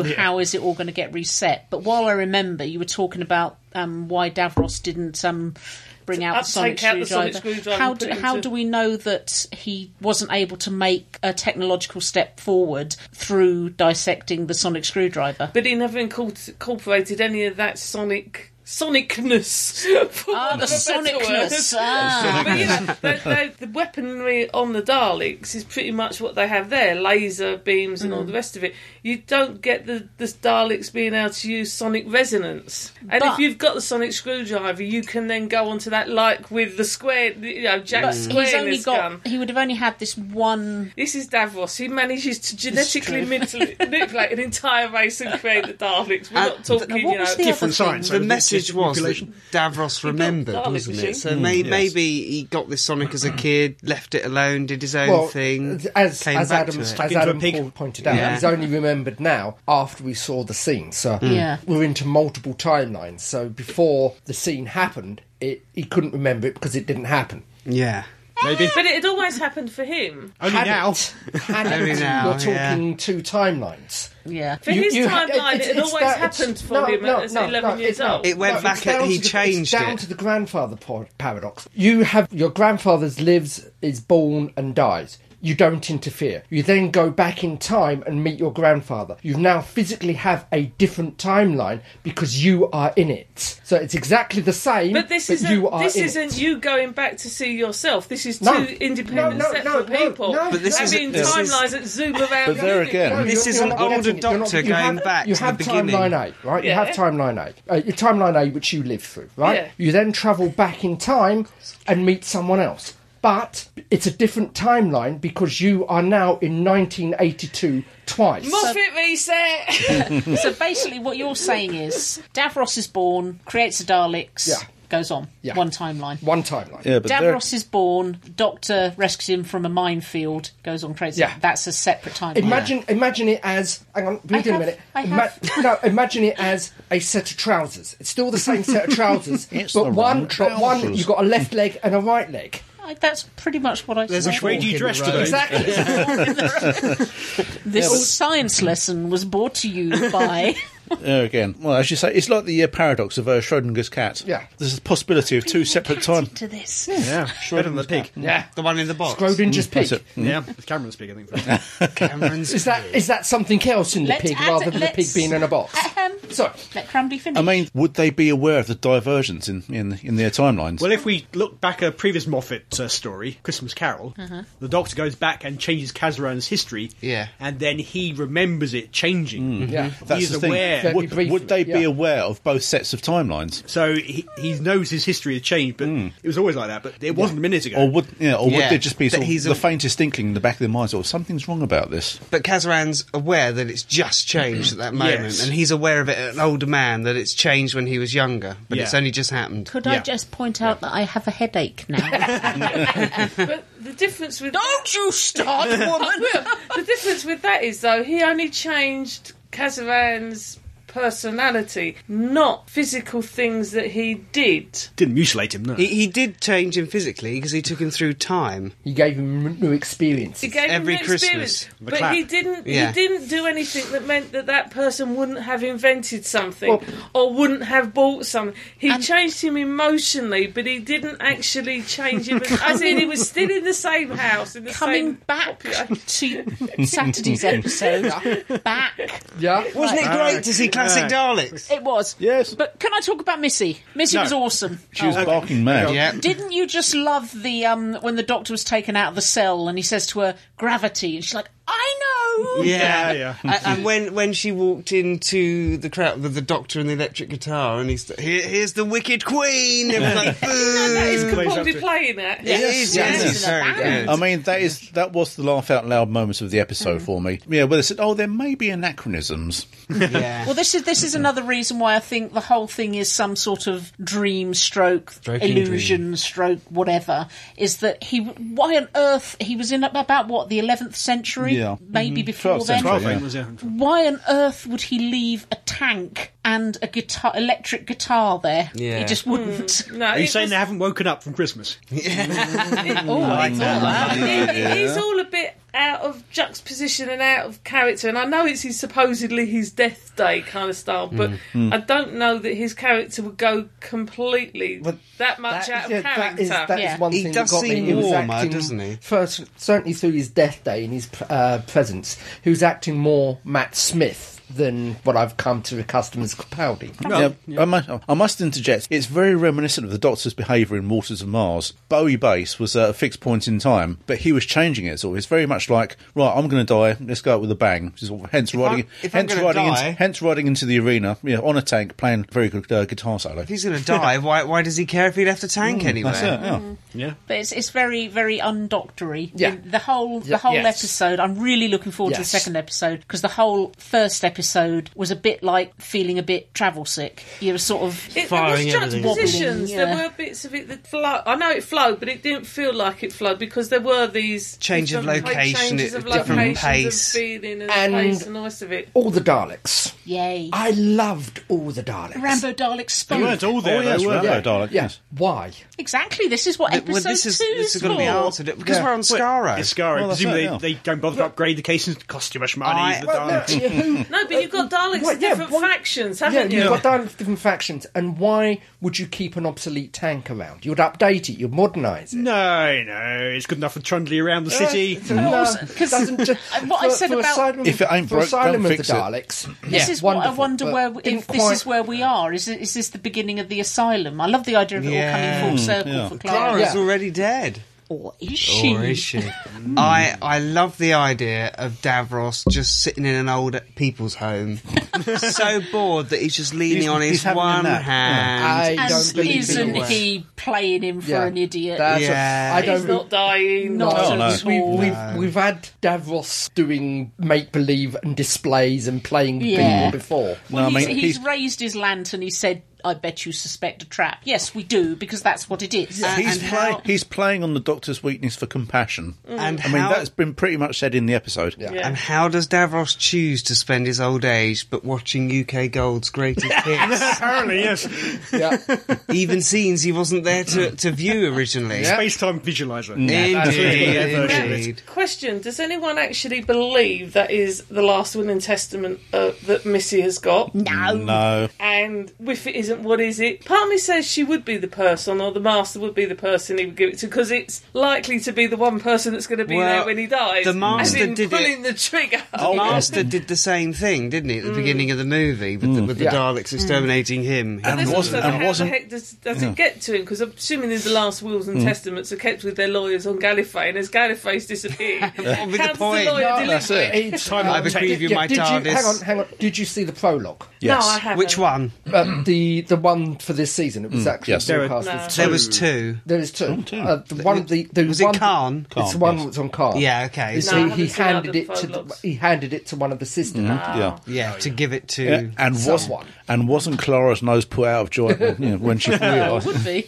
Speaker 1: so how is it all going to get reset but while I remember you were talking about um, why Davros didn't um, bring out the
Speaker 5: up-
Speaker 1: sonic
Speaker 5: take out the
Speaker 1: screwdriver
Speaker 5: sonic screwdriver
Speaker 1: how
Speaker 5: and
Speaker 1: do,
Speaker 5: put it
Speaker 1: how
Speaker 5: into-
Speaker 1: do we know that he wasn't able to make a technological step forward through dissecting the sonic screwdriver?
Speaker 5: But he never incor- incorporated any of that sonic. Sonicness.
Speaker 1: Ah, the sonicness. Ah.
Speaker 5: But you know, the, the, the weaponry on the Daleks is pretty much what they have there laser beams and all the rest of it. You don't get the, the Daleks being able to use sonic resonance. And
Speaker 1: But-
Speaker 5: if you've got the sonic screwdriver, you can then go onto that, like with the square, you know, Jack
Speaker 1: But
Speaker 5: Square
Speaker 1: he's
Speaker 5: in
Speaker 1: only
Speaker 5: his gun.
Speaker 1: got. He would have only had this one.
Speaker 5: This is Davros. He manages to genetically
Speaker 1: true.
Speaker 5: mentally manipulate an entire race and create the Daleks. We're
Speaker 4: Uh,
Speaker 5: not talking,
Speaker 1: Now,
Speaker 5: you
Speaker 1: what
Speaker 5: know.
Speaker 1: was the
Speaker 7: different
Speaker 1: other
Speaker 7: science.
Speaker 1: thing?
Speaker 7: So
Speaker 4: the
Speaker 7: it's
Speaker 4: message
Speaker 7: just
Speaker 4: was that
Speaker 7: manipulation. Hmm,
Speaker 4: Davros remembered,
Speaker 5: Dalek
Speaker 4: wasn't it?
Speaker 5: machine.
Speaker 4: So may,
Speaker 2: yes.
Speaker 4: maybe he got this Sonic as a kid, left it alone, did his own
Speaker 3: Well,
Speaker 4: thing,
Speaker 3: as
Speaker 4: came
Speaker 3: as
Speaker 4: back
Speaker 3: Adam,
Speaker 4: to
Speaker 3: as
Speaker 4: it.
Speaker 7: into a
Speaker 3: Adam
Speaker 7: pig.
Speaker 3: Paul pointed out,
Speaker 4: Yeah.
Speaker 3: he's only remembered now after we saw the scene. So
Speaker 4: Mm.
Speaker 1: Yeah.
Speaker 3: we're into multiple timelines. So before the scene happened, it, he couldn't remember it because it didn't happen.
Speaker 4: yeah.
Speaker 7: maybe
Speaker 5: But it had always happened for him.
Speaker 7: only
Speaker 3: Had
Speaker 7: now.
Speaker 3: it- had it,
Speaker 4: Only now,
Speaker 3: you're
Speaker 4: yeah.
Speaker 3: talking two timelines.
Speaker 1: Yeah.
Speaker 5: For his
Speaker 3: had-
Speaker 5: timeline, it,
Speaker 3: it's-
Speaker 5: had
Speaker 3: it's
Speaker 5: always
Speaker 3: that-
Speaker 5: happened
Speaker 3: it's-
Speaker 5: for
Speaker 3: no,
Speaker 5: him
Speaker 3: no,
Speaker 5: as
Speaker 3: no,
Speaker 5: 11
Speaker 3: no,
Speaker 5: years
Speaker 3: it's not.
Speaker 5: old.
Speaker 4: It went
Speaker 3: No,
Speaker 4: back
Speaker 3: it's
Speaker 4: at-
Speaker 3: down
Speaker 4: he
Speaker 3: to the- it's
Speaker 4: changed
Speaker 3: down
Speaker 4: it.
Speaker 3: to the grandfather par- paradox. You have your grandfather's lives, is born and dies. You don't interfere. You then go back in time and meet your grandfather. You now physically have a different timeline because you are in it. So it's exactly the same.
Speaker 5: But this isn't.
Speaker 3: you are
Speaker 5: this
Speaker 3: in
Speaker 5: isn't
Speaker 3: it.
Speaker 5: you going back to see yourself. This is two
Speaker 3: No.
Speaker 5: independent,
Speaker 3: No, no,
Speaker 5: separate
Speaker 3: no, no,
Speaker 5: people
Speaker 3: no, But
Speaker 4: this no. is-
Speaker 5: having
Speaker 4: this is-
Speaker 5: timelines that zoom around.
Speaker 2: But there again-
Speaker 3: No,
Speaker 4: This
Speaker 3: you're-
Speaker 4: is
Speaker 3: you're
Speaker 4: an
Speaker 3: not
Speaker 4: older
Speaker 3: getting it. You're not-
Speaker 4: doctor
Speaker 3: you
Speaker 4: going
Speaker 3: have-
Speaker 4: back
Speaker 3: You
Speaker 4: to
Speaker 3: have
Speaker 4: the beginning.
Speaker 3: timeline A, right? You have
Speaker 5: Yeah.
Speaker 3: timeline A. Uh, your timeline A, which you live through, right?
Speaker 5: Yeah.
Speaker 3: You then travel back in time and meet someone else. But it's a different timeline because you are now in 1982 twice.
Speaker 5: Moffat reset.
Speaker 1: so basically, what you're saying is Davros is born, creates a Daleks,
Speaker 3: Yeah.
Speaker 1: goes on
Speaker 3: Yeah.
Speaker 1: one timeline.
Speaker 3: One timeline.
Speaker 2: Yeah, but there,
Speaker 1: Davros is born. Doctor rescues him from a minefield. Goes on crazy.
Speaker 3: Yeah.
Speaker 1: That's a separate timeline.
Speaker 3: Imagine, imagine it as. Hang on, breathe in
Speaker 1: have-
Speaker 3: a minute.
Speaker 1: I
Speaker 3: Ima-
Speaker 1: have.
Speaker 3: no, imagine it as a set of trousers. It's still the same set of trousers,
Speaker 2: It's the
Speaker 3: but
Speaker 2: wrong
Speaker 3: one, but one,
Speaker 2: trousers.
Speaker 3: you've got a left leg and a right leg.
Speaker 1: I- that's pretty much what I
Speaker 4: There's
Speaker 1: said.
Speaker 4: a
Speaker 7: Which way do you dress today?
Speaker 3: Exactly.
Speaker 1: This science lesson was brought to you by.
Speaker 2: there again, well, as you say, it's like the uh, paradox of uh, Schrodinger's cat.
Speaker 3: Yeah.
Speaker 2: there's a possibility of two separate times.
Speaker 1: to this.
Speaker 7: Yeah, better than the pig.
Speaker 3: yeah.
Speaker 4: The one in the box.
Speaker 3: Schrodinger's
Speaker 2: That's
Speaker 3: pig.
Speaker 2: it.
Speaker 7: Yeah, it's Cameron's pig, I think.
Speaker 4: Cameron's
Speaker 3: Is that is that something else in the
Speaker 1: Let's
Speaker 3: pig
Speaker 1: add-
Speaker 3: rather than the pig
Speaker 1: let's-
Speaker 3: being in a box?
Speaker 1: Ahem.
Speaker 3: Sorry.
Speaker 1: Let Crumbly finish.
Speaker 2: I mean, would they be aware of the divergence in, in, in their timelines?
Speaker 7: Well, if we look back at a previous Moffat uh, story, Christmas Carol, the Doctor goes back and changes Kazaran's history,
Speaker 4: Yeah.
Speaker 7: and then he remembers it changing.
Speaker 3: Yeah.
Speaker 2: That's
Speaker 7: he's
Speaker 2: the thing.
Speaker 7: aware.
Speaker 3: That-
Speaker 2: Would,
Speaker 3: Briefly,
Speaker 2: would they be
Speaker 3: yeah.
Speaker 2: aware of both sets of timelines?
Speaker 7: So he, he knows his history has changed, but it was always like that. But it wasn't a minute ago.
Speaker 2: Or would yeah, or
Speaker 4: Yeah,
Speaker 2: would there just be
Speaker 4: that
Speaker 2: sort of
Speaker 4: he's
Speaker 2: the
Speaker 4: a-
Speaker 2: faintest inkling in the back of their minds, or something's wrong about this?
Speaker 4: But Kazaran's aware that it's just changed at that moment,
Speaker 7: Yes.
Speaker 4: and he's aware of it as an older man that it's changed when he was younger, but it's
Speaker 7: Yeah.
Speaker 4: only just happened.
Speaker 1: Could I
Speaker 7: Yeah.
Speaker 1: just point out that I have a headache now?
Speaker 5: but the difference with
Speaker 1: Don't you start, woman!
Speaker 5: the difference with that is though he only changed Kazaran's personality, not physical things that he did.
Speaker 7: Didn't mutilate him, no.
Speaker 4: He, he did change him physically because he took him through time.
Speaker 3: He gave him new experience.
Speaker 5: He gave
Speaker 4: Every
Speaker 5: him the experience,
Speaker 4: Christmas.
Speaker 7: The
Speaker 5: but
Speaker 7: clap.
Speaker 5: he didn't.
Speaker 4: Yeah.
Speaker 5: He didn't do anything that meant that that person wouldn't have invented something or wouldn't have bought something. He changed him emotionally, but he didn't actually change him. as- As in, he was still in the same house. In the
Speaker 1: Coming
Speaker 5: same
Speaker 1: back to Saturday's episode, back
Speaker 3: Yeah.
Speaker 4: Wasn't it great to see classic Daleks?
Speaker 1: it was.
Speaker 2: Yes.
Speaker 1: But can I talk about Missy? Missy was awesome. Oh.
Speaker 2: She was barking mad.
Speaker 4: Oh, Yeah.
Speaker 1: Didn't you just love the um when the doctor was taken out of the cell and he says to her gravity and she's like I know
Speaker 7: Yeah, yeah.
Speaker 4: A- and when, when she walked into the crowd with the doctor and the electric guitar, and he's here, here's the wicked queen. And we're like,
Speaker 5: That is
Speaker 4: boo!
Speaker 5: Capaldi playing that.
Speaker 4: It is,
Speaker 1: yes.
Speaker 4: yes, it's very good.
Speaker 2: I mean, that is that was the laugh out loud moments of the
Speaker 3: Mm.
Speaker 2: episode for me. Yeah, where they said, "Oh, there may be anachronisms."
Speaker 4: yeah.
Speaker 1: Well, this is this is another reason why I think the whole thing is some sort of dream stroke,
Speaker 4: Stroking
Speaker 1: illusion stroke, whatever. Is that he? Why on earth he was in about what the eleventh century?
Speaker 2: Yeah.
Speaker 1: maybe before
Speaker 2: 12th
Speaker 1: then.
Speaker 2: century,
Speaker 7: Twelve
Speaker 2: Yeah.
Speaker 7: was yeah.
Speaker 1: Why on earth would he leave a tank and a guitar, electric guitar there?
Speaker 4: Yeah.
Speaker 1: He just wouldn't.
Speaker 5: No,
Speaker 7: Are you
Speaker 5: it
Speaker 7: saying
Speaker 5: was-
Speaker 7: they haven't woken up from Christmas?
Speaker 1: oh, I thought that.
Speaker 5: He- He's all a bit out of juxtaposition and out of character, and I know it's his supposedly his death day kind of style, but
Speaker 9: Mm.
Speaker 3: Hmm.
Speaker 5: I don't know that his character would go completely
Speaker 3: But
Speaker 5: that much
Speaker 3: That-
Speaker 5: out
Speaker 3: yeah,
Speaker 5: of
Speaker 3: that
Speaker 5: character.
Speaker 3: is, that is
Speaker 1: Yeah.
Speaker 3: one
Speaker 4: He
Speaker 3: thing
Speaker 4: does
Speaker 3: that got me.
Speaker 4: seem
Speaker 3: He was
Speaker 4: warmer,
Speaker 3: acting-
Speaker 4: doesn't he?
Speaker 3: First, certainly through his death day in his uh, presence, he was acting more Matt Smith than what I've come to accustom as Capaldi.
Speaker 2: Yeah, I, must, I must interject. It's very reminiscent of the Doctor's behaviour in Waters of Mars. Bowie Base was at a fixed point in time, but he was changing it. So it's very much like, right, I'm going to die. Let's go out with a bang. Which is Hence riding,
Speaker 4: I'm- if I'm
Speaker 2: hence
Speaker 4: gonna
Speaker 2: riding,
Speaker 4: die-
Speaker 2: into, hence riding into the arena, you know, on a tank, playing very good uh, guitar solo.
Speaker 4: If he's going to die, why, why does he care if he left a tank anywhere?
Speaker 2: That's it. Yeah.
Speaker 7: Yeah.
Speaker 1: But it's, it's very, very undoctory.
Speaker 3: Yeah.
Speaker 1: The whole the
Speaker 3: Yeah,
Speaker 1: whole
Speaker 3: yes.
Speaker 1: episode. I'm really looking forward to the
Speaker 3: Yes.
Speaker 1: second episode because the whole first episode was a bit like feeling a bit travel sick. You were sort of
Speaker 5: It,
Speaker 9: Firing
Speaker 5: there was
Speaker 9: everything.
Speaker 5: juxtapositions.
Speaker 1: Wobbling, yeah.
Speaker 5: There were bits of it that flowed. I know it flowed, but it didn't feel like it flowed because there were these
Speaker 4: Change of
Speaker 5: different-
Speaker 4: location,
Speaker 5: changes
Speaker 4: it-
Speaker 5: of
Speaker 4: different
Speaker 5: locations,
Speaker 4: pace.
Speaker 5: of feeling, and,
Speaker 3: And-
Speaker 5: pace, and all the rest of it.
Speaker 3: All the Daleks.
Speaker 1: yay.
Speaker 3: I loved all the Daleks.
Speaker 1: Rambo Dalek
Speaker 7: They weren't
Speaker 1: spoke.
Speaker 7: all there,
Speaker 2: Oh, yes,
Speaker 7: though, were
Speaker 2: Rambo
Speaker 7: they?
Speaker 2: Dalek.
Speaker 3: Yeah.
Speaker 2: Yes.
Speaker 3: Why?
Speaker 1: Exactly. This is what
Speaker 4: Th-
Speaker 1: episode
Speaker 4: well, this is,
Speaker 1: two
Speaker 4: this is going to be
Speaker 1: for.
Speaker 4: answered because
Speaker 3: Yeah.
Speaker 4: we're on Scarrow.
Speaker 7: It's Scarrow.
Speaker 2: Well, that's
Speaker 7: Presumably
Speaker 2: it, yeah.
Speaker 7: they, they don't bother to upgrade the cases, cost too much money.
Speaker 4: I-
Speaker 7: the
Speaker 3: Well,
Speaker 7: Daleks.
Speaker 3: no, who-
Speaker 5: No, but you've got Daleks
Speaker 3: Uh, what-
Speaker 5: of
Speaker 3: yeah,
Speaker 5: different
Speaker 3: what-
Speaker 5: factions,
Speaker 3: yeah,
Speaker 5: haven't
Speaker 3: you've
Speaker 5: you?
Speaker 3: got Daleks different factions, and why would you keep an obsolete tank around? You'd update it, you'd modernise it.
Speaker 7: No, no, it's good enough for Trundley around the city.
Speaker 3: No,
Speaker 1: also- 'cause
Speaker 3: doesn't ju-
Speaker 1: what I
Speaker 3: for-
Speaker 1: said
Speaker 3: for
Speaker 1: about-
Speaker 3: Asylum,
Speaker 2: If it ain't
Speaker 3: for
Speaker 2: broke,
Speaker 3: Asylum
Speaker 2: don't
Speaker 3: of
Speaker 2: fix it.
Speaker 3: the Daleks.
Speaker 1: This
Speaker 3: yeah,
Speaker 1: is what I
Speaker 3: wonderful,
Speaker 1: wonder
Speaker 3: but
Speaker 1: where if
Speaker 3: didn't
Speaker 1: this
Speaker 3: quite-
Speaker 1: is where we are. Is it, is this the beginning of the asylum? I love the idea of it
Speaker 4: Hmm, Yeah.
Speaker 1: all coming full circle
Speaker 2: yeah.
Speaker 1: for Clara.
Speaker 4: Clara's
Speaker 3: Yeah.
Speaker 4: already dead.
Speaker 1: Or is she?
Speaker 4: Or is she? I, I love the idea of Davros just sitting in an old people's home, so bored that he's just leaning
Speaker 2: He's-
Speaker 4: on
Speaker 2: he's
Speaker 4: his
Speaker 2: having a
Speaker 4: one
Speaker 2: nap, yeah.
Speaker 4: hand.
Speaker 3: I don't
Speaker 1: And
Speaker 3: believe
Speaker 1: isn't
Speaker 3: it.
Speaker 1: he playing him for
Speaker 3: Yeah.
Speaker 1: an idiot?
Speaker 3: That's
Speaker 4: Yeah.
Speaker 3: I I
Speaker 5: He's
Speaker 3: don't.
Speaker 5: not dying.
Speaker 1: Not
Speaker 2: No, no.
Speaker 1: at
Speaker 3: We,
Speaker 1: all.
Speaker 3: we've we've had Davros doing make believe and displays and playing
Speaker 1: Yeah.
Speaker 3: people before.
Speaker 2: No, I
Speaker 1: he's,
Speaker 2: mean,
Speaker 1: he's,
Speaker 2: he's,
Speaker 1: raised his lantern. He said, "I bet you suspect a trap." Yes, we do because that's what it is.
Speaker 4: And-
Speaker 2: he's,
Speaker 4: and
Speaker 2: play-
Speaker 4: how- Mm.
Speaker 2: he's playing on the Doctor's weakness for compassion.
Speaker 4: And
Speaker 2: I mean,
Speaker 4: how-
Speaker 2: that's been pretty much said in the episode.
Speaker 5: Yeah.
Speaker 4: And how does Davros choose to spend his old age but watching UK Gold's greatest hits?
Speaker 7: Apparently, yes.
Speaker 3: Yeah,
Speaker 4: Even scenes he wasn't there to, to view originally.
Speaker 7: Space time visualizer.
Speaker 4: Indeed,
Speaker 7: Yeah, that's it.
Speaker 4: indeed.
Speaker 5: Question: Does anyone actually believe that is the last will and testament uh, that Missy has got?
Speaker 1: No,
Speaker 2: No.
Speaker 5: And if it isn't, what is it? Part of me says she would be the person, or the master would be the person he would give it to, because it's likely to be the one person that's going to be
Speaker 4: Well,
Speaker 5: there when he dies.
Speaker 4: the
Speaker 5: as
Speaker 4: master
Speaker 5: in
Speaker 4: did it. Oh,
Speaker 5: pulling the trigger.
Speaker 4: Master did the same thing, didn't he, at the beginning of the movie with the, with the
Speaker 3: Yeah.
Speaker 4: Daleks exterminating him?
Speaker 2: And
Speaker 5: There's
Speaker 2: wasn't,
Speaker 5: also
Speaker 2: and
Speaker 5: how
Speaker 2: wasn't
Speaker 5: the heck does, does it get to him? Because I'm assuming there's the last wills
Speaker 4: Mm.
Speaker 5: and testaments are kept with their lawyers on Gallifrey, and as Gallifrey's disappeared,
Speaker 4: What would be the
Speaker 5: how does
Speaker 4: point?
Speaker 5: the lawyer
Speaker 4: No,
Speaker 5: deliver
Speaker 2: that's it.
Speaker 3: It's-
Speaker 7: Time
Speaker 3: uh,
Speaker 7: I bequeath
Speaker 3: did-
Speaker 4: you my
Speaker 3: did
Speaker 4: TARDIS.
Speaker 3: hang on, hang on. Did you see the prologue?
Speaker 5: No, I haven't.
Speaker 4: Which one?
Speaker 3: Uh, the the, the one for this season. It was actually
Speaker 2: yes.
Speaker 7: There are-
Speaker 3: broadcast. with-
Speaker 4: There was two.
Speaker 3: There is two.
Speaker 2: two.
Speaker 3: Uh, the one the, the
Speaker 4: Was it
Speaker 3: one,
Speaker 4: Khan?
Speaker 3: it's
Speaker 2: Khan,
Speaker 3: the one
Speaker 2: yes.
Speaker 3: that's on Khan.
Speaker 4: Yeah, okay.
Speaker 3: You
Speaker 5: No, I
Speaker 4: So-
Speaker 3: see,
Speaker 5: haven't
Speaker 3: he
Speaker 5: seen
Speaker 3: handed
Speaker 5: other
Speaker 3: it to the,
Speaker 5: photos. Ah,
Speaker 3: he handed it to one of the sisters.
Speaker 2: yeah.
Speaker 4: yeah, to give it to.
Speaker 2: Yeah, and
Speaker 3: Someone.
Speaker 2: wasn't and wasn't Clara's nose put out of joint you know, when she
Speaker 1: Oh,
Speaker 2: realised?
Speaker 1: would be.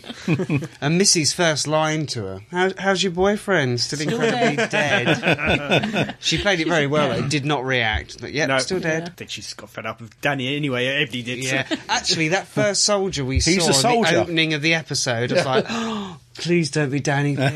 Speaker 4: And Missy's first line to her, How, "How's your boyfriend? Still, incredibly dead." she played it very well. It did not react. But yeah,
Speaker 7: No,
Speaker 4: still
Speaker 7: I
Speaker 4: dead.
Speaker 7: think she's got fed up with Danny anyway. Everybody did. so-
Speaker 4: Yeah. Actually, that first soldier we
Speaker 2: He's
Speaker 4: saw
Speaker 2: a
Speaker 4: in
Speaker 2: soldier.
Speaker 4: the opening of the episode, I was like, oh, "Please don't be Danny." Pink."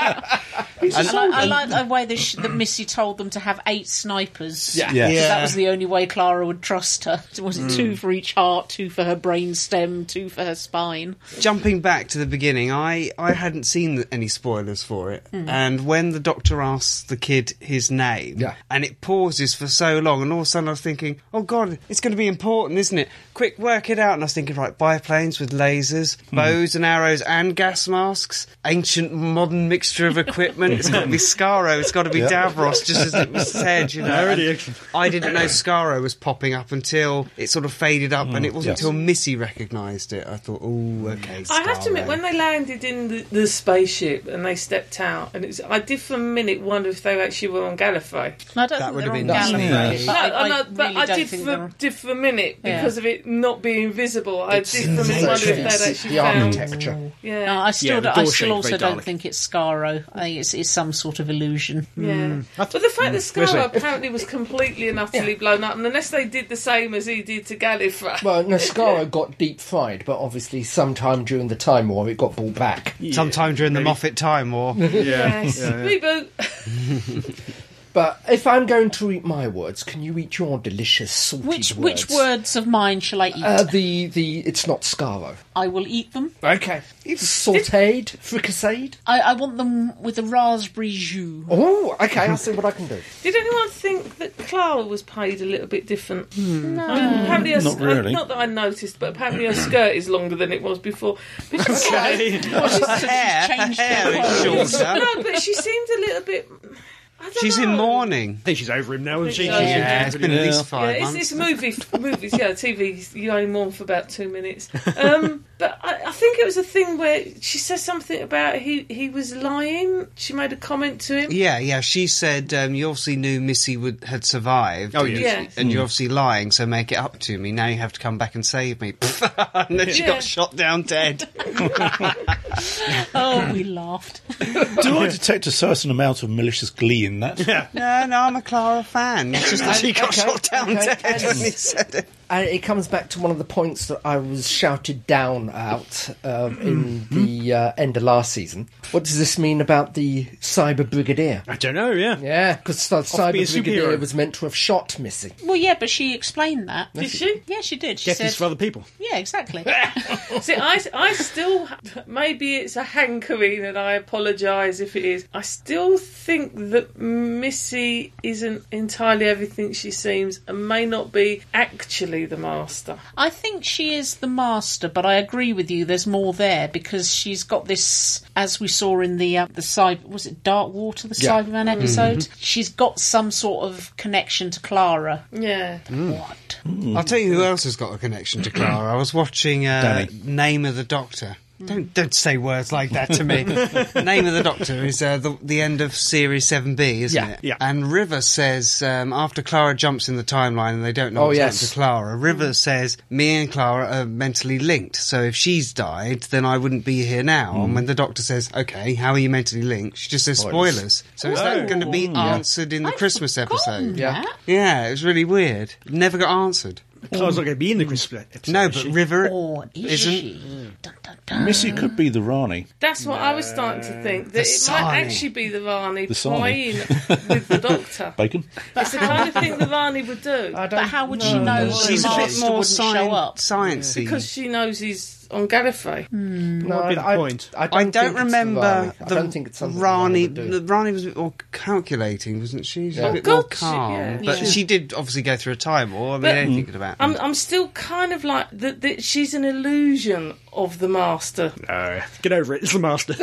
Speaker 1: I, li- I like the way that, she, that Missy told them to have eight snipers.
Speaker 3: Yeah.
Speaker 2: Yeah.
Speaker 1: That was the only way Clara would trust her. It was two for each heart, two for her brain stem, two for her spine.
Speaker 4: Jumping back to the beginning, I, I hadn't seen any spoilers for it. And when the doctor asks the kid his name,
Speaker 3: Yeah.
Speaker 4: and it pauses for so long, and all of a sudden I was thinking, oh God, it's going to be important, isn't it? Quick, work it out. And I was thinking, right, biplanes with lasers, bows and arrows and gas masks, ancient modern mixture of equipment. it's got to be Scaro, it's got to be Davros, just as it was said, you know.
Speaker 7: Already
Speaker 4: And
Speaker 7: action.
Speaker 4: I didn't know Scaro was popping up until it sort of faded up, and it wasn't
Speaker 2: yes.
Speaker 4: until Missy recognised it. I thought, oh, okay.
Speaker 5: I have to admit,
Speaker 4: Starro."
Speaker 5: when they landed in the, the spaceship and they stepped out, and it was, I did for a minute wonder if they actually were on Gallifrey.
Speaker 1: And I don't
Speaker 4: That would
Speaker 1: think
Speaker 4: have been
Speaker 1: they're on
Speaker 4: lovely.
Speaker 1: Gallifrey.
Speaker 4: No,
Speaker 5: No,
Speaker 1: I,
Speaker 5: I,
Speaker 1: I
Speaker 5: know, but
Speaker 1: really
Speaker 5: I
Speaker 1: don't
Speaker 5: did
Speaker 1: think
Speaker 5: for,
Speaker 1: they're.
Speaker 5: did for a minute
Speaker 1: Yeah.
Speaker 5: because of it not being visible. I did for a minute wonder if they'd
Speaker 3: It's
Speaker 5: actually
Speaker 3: the
Speaker 5: found. Mm.
Speaker 3: architecture.
Speaker 5: Yeah,
Speaker 1: No, I still,
Speaker 7: Yeah, the
Speaker 1: don't, I
Speaker 7: door
Speaker 1: still
Speaker 7: shape's
Speaker 1: also
Speaker 7: very
Speaker 1: don't
Speaker 7: Dalek.
Speaker 1: think it's Scaro. I think it's, it's some sort of illusion.
Speaker 5: yeah. But the fact that Scarra apparently was completely and utterly blown up, and unless they did the same as he did to Gallifrey,
Speaker 3: Well, Nascaro got deep fried, but obviously, sometime during the time war, it got brought back.
Speaker 4: Sometime during the Moffat time war.
Speaker 7: Yeah.
Speaker 5: yes, reboot.
Speaker 3: But if I'm going to eat my words, can you eat your delicious salted
Speaker 1: Which
Speaker 3: words?
Speaker 1: which words of mine shall I eat?
Speaker 3: Uh, the the it's not Scaro.
Speaker 1: I will eat them.
Speaker 3: Okay. Sauteed, fricasseed.
Speaker 1: I, I want them with a raspberry jus.
Speaker 3: Oh, okay. I'll see what I can do.
Speaker 5: Did anyone think that Clara was paid a little bit different? No, apparently her,
Speaker 2: Not
Speaker 5: sk- uh,
Speaker 2: really.
Speaker 5: Not that I noticed, but apparently her skirt is longer than it was before. But she's
Speaker 7: Okay.
Speaker 5: like- well, she's-
Speaker 4: hair,
Speaker 1: changed
Speaker 4: hair
Speaker 1: the
Speaker 4: is shorter.
Speaker 5: no, but she seemed a little bit. I don't
Speaker 4: She's in
Speaker 5: know.
Speaker 4: mourning.
Speaker 7: I think she's over him now, isn't she?
Speaker 5: Yeah.
Speaker 7: She's-
Speaker 4: Yeah, it's been at least
Speaker 5: Yeah,
Speaker 4: five
Speaker 5: it's, it's
Speaker 4: months.
Speaker 5: movie, movies, yeah, TV. You only mourn for about two minutes. Um, but I, I think it was a thing where she says something about he he was lying. She made a comment to him.
Speaker 4: Yeah, yeah. She said um, you obviously knew Missy would had survived.
Speaker 7: Oh,
Speaker 4: and,
Speaker 7: yes.
Speaker 5: Yes.
Speaker 4: and you're obviously lying, so make it up to me. Now you have to come back and save me. and then she
Speaker 5: Yeah.
Speaker 4: got shot down dead.
Speaker 1: Oh, we laughed.
Speaker 2: Do I detect a certain amount of malicious glee in that?
Speaker 4: no, no, I'm a Clara fan. It's just that she got
Speaker 3: Okay,
Speaker 4: shot down
Speaker 3: okay,
Speaker 4: dead
Speaker 3: and-
Speaker 4: when he said it.
Speaker 3: And it comes back to one of the points that I was shouted down out um, in the uh, end of last season. What does this mean about the cyber brigadier?
Speaker 7: I don't know. Yeah.
Speaker 3: Yeah, because the
Speaker 7: being
Speaker 3: cyber
Speaker 7: a
Speaker 3: brigadier
Speaker 7: superhero.
Speaker 3: was meant to have shot Missy.
Speaker 1: Well, yeah, but she explained that.
Speaker 5: Did she?
Speaker 1: Yeah, she did. She
Speaker 7: Death
Speaker 1: said,
Speaker 7: is for other people.
Speaker 1: "Yeah, exactly."
Speaker 5: See, I, I still maybe it's a hankering, and I apologise if it is. I still think that Missy isn't entirely everything she seems, and may not be actually the master.
Speaker 1: I think she is the master, but I agree with you. There's more there because she's got this, as we saw in the uh, the cyber was it Dark Water, the
Speaker 3: Yeah.
Speaker 1: Cyberman episode. She's got some sort of connection to Clara.
Speaker 5: Yeah,
Speaker 1: What?
Speaker 4: I'll tell you who else has got a connection to Clara. I was watching uh, Name of the Doctor. Don't don't say words like that to me. Name of the Doctor is uh, the, the end of series seven B, isn't
Speaker 3: Yeah,
Speaker 4: it?
Speaker 7: yeah.
Speaker 4: And River says um, after Clara jumps in the timeline and they don't know
Speaker 3: Oh,
Speaker 4: what's
Speaker 3: yes.
Speaker 4: happened to Clara. River says me and Clara are mentally linked. So if she's died, then I wouldn't be here now.
Speaker 3: Hmm.
Speaker 4: And when the Doctor says, "Okay, how are you mentally linked?" she just says spoilers. So is that going to be answered in the Christmas episode?
Speaker 3: Yeah.
Speaker 4: Yeah, it was really weird. Never got answered.
Speaker 7: Clara's not going to be in the Christmas episode.
Speaker 4: No,
Speaker 7: is
Speaker 4: but
Speaker 7: she?
Speaker 4: River.
Speaker 1: Or is
Speaker 4: Isn't-
Speaker 1: she? Dun, dun, dun.
Speaker 2: Missy could be the Rani.
Speaker 5: that's what I was starting to think. That it might
Speaker 4: Sarnie.
Speaker 5: actually be the Varney
Speaker 2: Sarnie.
Speaker 5: playing with the Doctor.
Speaker 2: Bacon?
Speaker 5: It's the kind of thing the Varney would do
Speaker 1: But how would she know? that
Speaker 4: She's
Speaker 1: the
Speaker 4: a bit
Speaker 1: master
Speaker 4: more
Speaker 1: wouldn't show up.
Speaker 4: science
Speaker 5: because she knows he's on Gallifrey.
Speaker 3: No,
Speaker 7: be the
Speaker 3: I,
Speaker 7: point?
Speaker 3: I,
Speaker 4: I
Speaker 3: think
Speaker 4: don't
Speaker 3: it's the
Speaker 4: remember
Speaker 3: Rani.
Speaker 4: the
Speaker 3: I don't think it's something Rani
Speaker 4: Rani.
Speaker 3: would do.
Speaker 4: the Rani was a bit more calculating, wasn't she? She was
Speaker 3: Yeah.
Speaker 4: a bit
Speaker 5: Oh,
Speaker 4: more
Speaker 5: God, she-
Speaker 4: calm,
Speaker 5: yeah.
Speaker 4: but
Speaker 5: Yeah.
Speaker 4: she did obviously go through a time war. I mean,
Speaker 5: But-
Speaker 4: anything could have happened.
Speaker 5: I'm, I'm still kind of like that. That she's an illusion of the master.
Speaker 7: No, Oh, get over it. It's the master.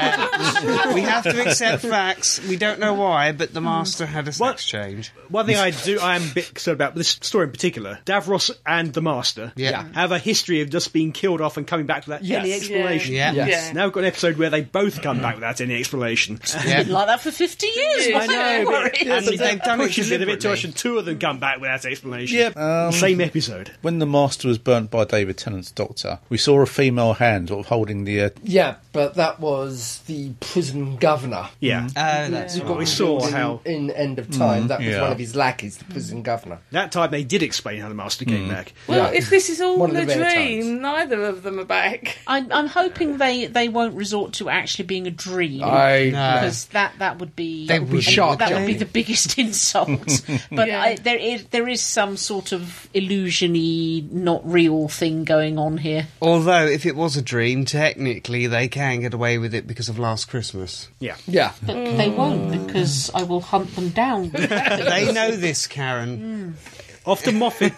Speaker 4: Yeah. we have to accept facts. We don't know why, but the master had a sex
Speaker 7: What?
Speaker 4: change. Oh,
Speaker 7: One thing I do, I am a bit concerned about with this story in particular. Davros and the Master
Speaker 4: Yeah.
Speaker 7: have a history of just being killed off and coming back without
Speaker 3: Yes.
Speaker 7: any explanation.
Speaker 4: Yeah.
Speaker 3: Yes.
Speaker 5: Yeah.
Speaker 7: Now we've got an episode where they both come back without any explanation.
Speaker 4: Yeah.
Speaker 1: Been like that for 50 years.
Speaker 5: I know,
Speaker 1: Don't
Speaker 7: but-
Speaker 1: worry.
Speaker 4: And they've done it
Speaker 7: Pushes it a bit too
Speaker 4: deliberately.
Speaker 7: much, and two of them come back without explanation.
Speaker 2: Yep. Um,
Speaker 7: Same episode.
Speaker 2: When the master was burnt by David Tennant's doctor, we saw a female hand sort of holding the. Uh,
Speaker 3: Yeah, but that was the prison governor.
Speaker 7: Yeah.
Speaker 4: Oh, that's
Speaker 7: But we
Speaker 4: right.
Speaker 7: saw
Speaker 3: in,
Speaker 7: how
Speaker 3: in End of Time, that was
Speaker 2: yeah.
Speaker 3: one of his lackeys, the prison governor.
Speaker 7: that time they did explain how the Master came back.
Speaker 5: Well,
Speaker 3: Yeah.
Speaker 5: if this is all
Speaker 3: One of
Speaker 5: a
Speaker 3: the rare
Speaker 5: dream,
Speaker 3: times.
Speaker 5: neither of them are back.
Speaker 1: I'm, I'm hoping they, they won't resort to actually being a dream.
Speaker 3: I
Speaker 1: because that that would be
Speaker 4: That uh, would be shock,
Speaker 1: That would be
Speaker 4: yeah.
Speaker 1: the biggest insult. but
Speaker 5: Yeah.
Speaker 1: I, there is there is some sort of illusiony, not real thing going on here.
Speaker 4: Although, if it was a dream, technically they can get away with it because of Last Christmas.
Speaker 7: Yeah.
Speaker 3: yeah,
Speaker 1: But
Speaker 4: Mm.
Speaker 1: they won't because I will hunt them down.
Speaker 4: They know this, Karen.
Speaker 7: After Moffat,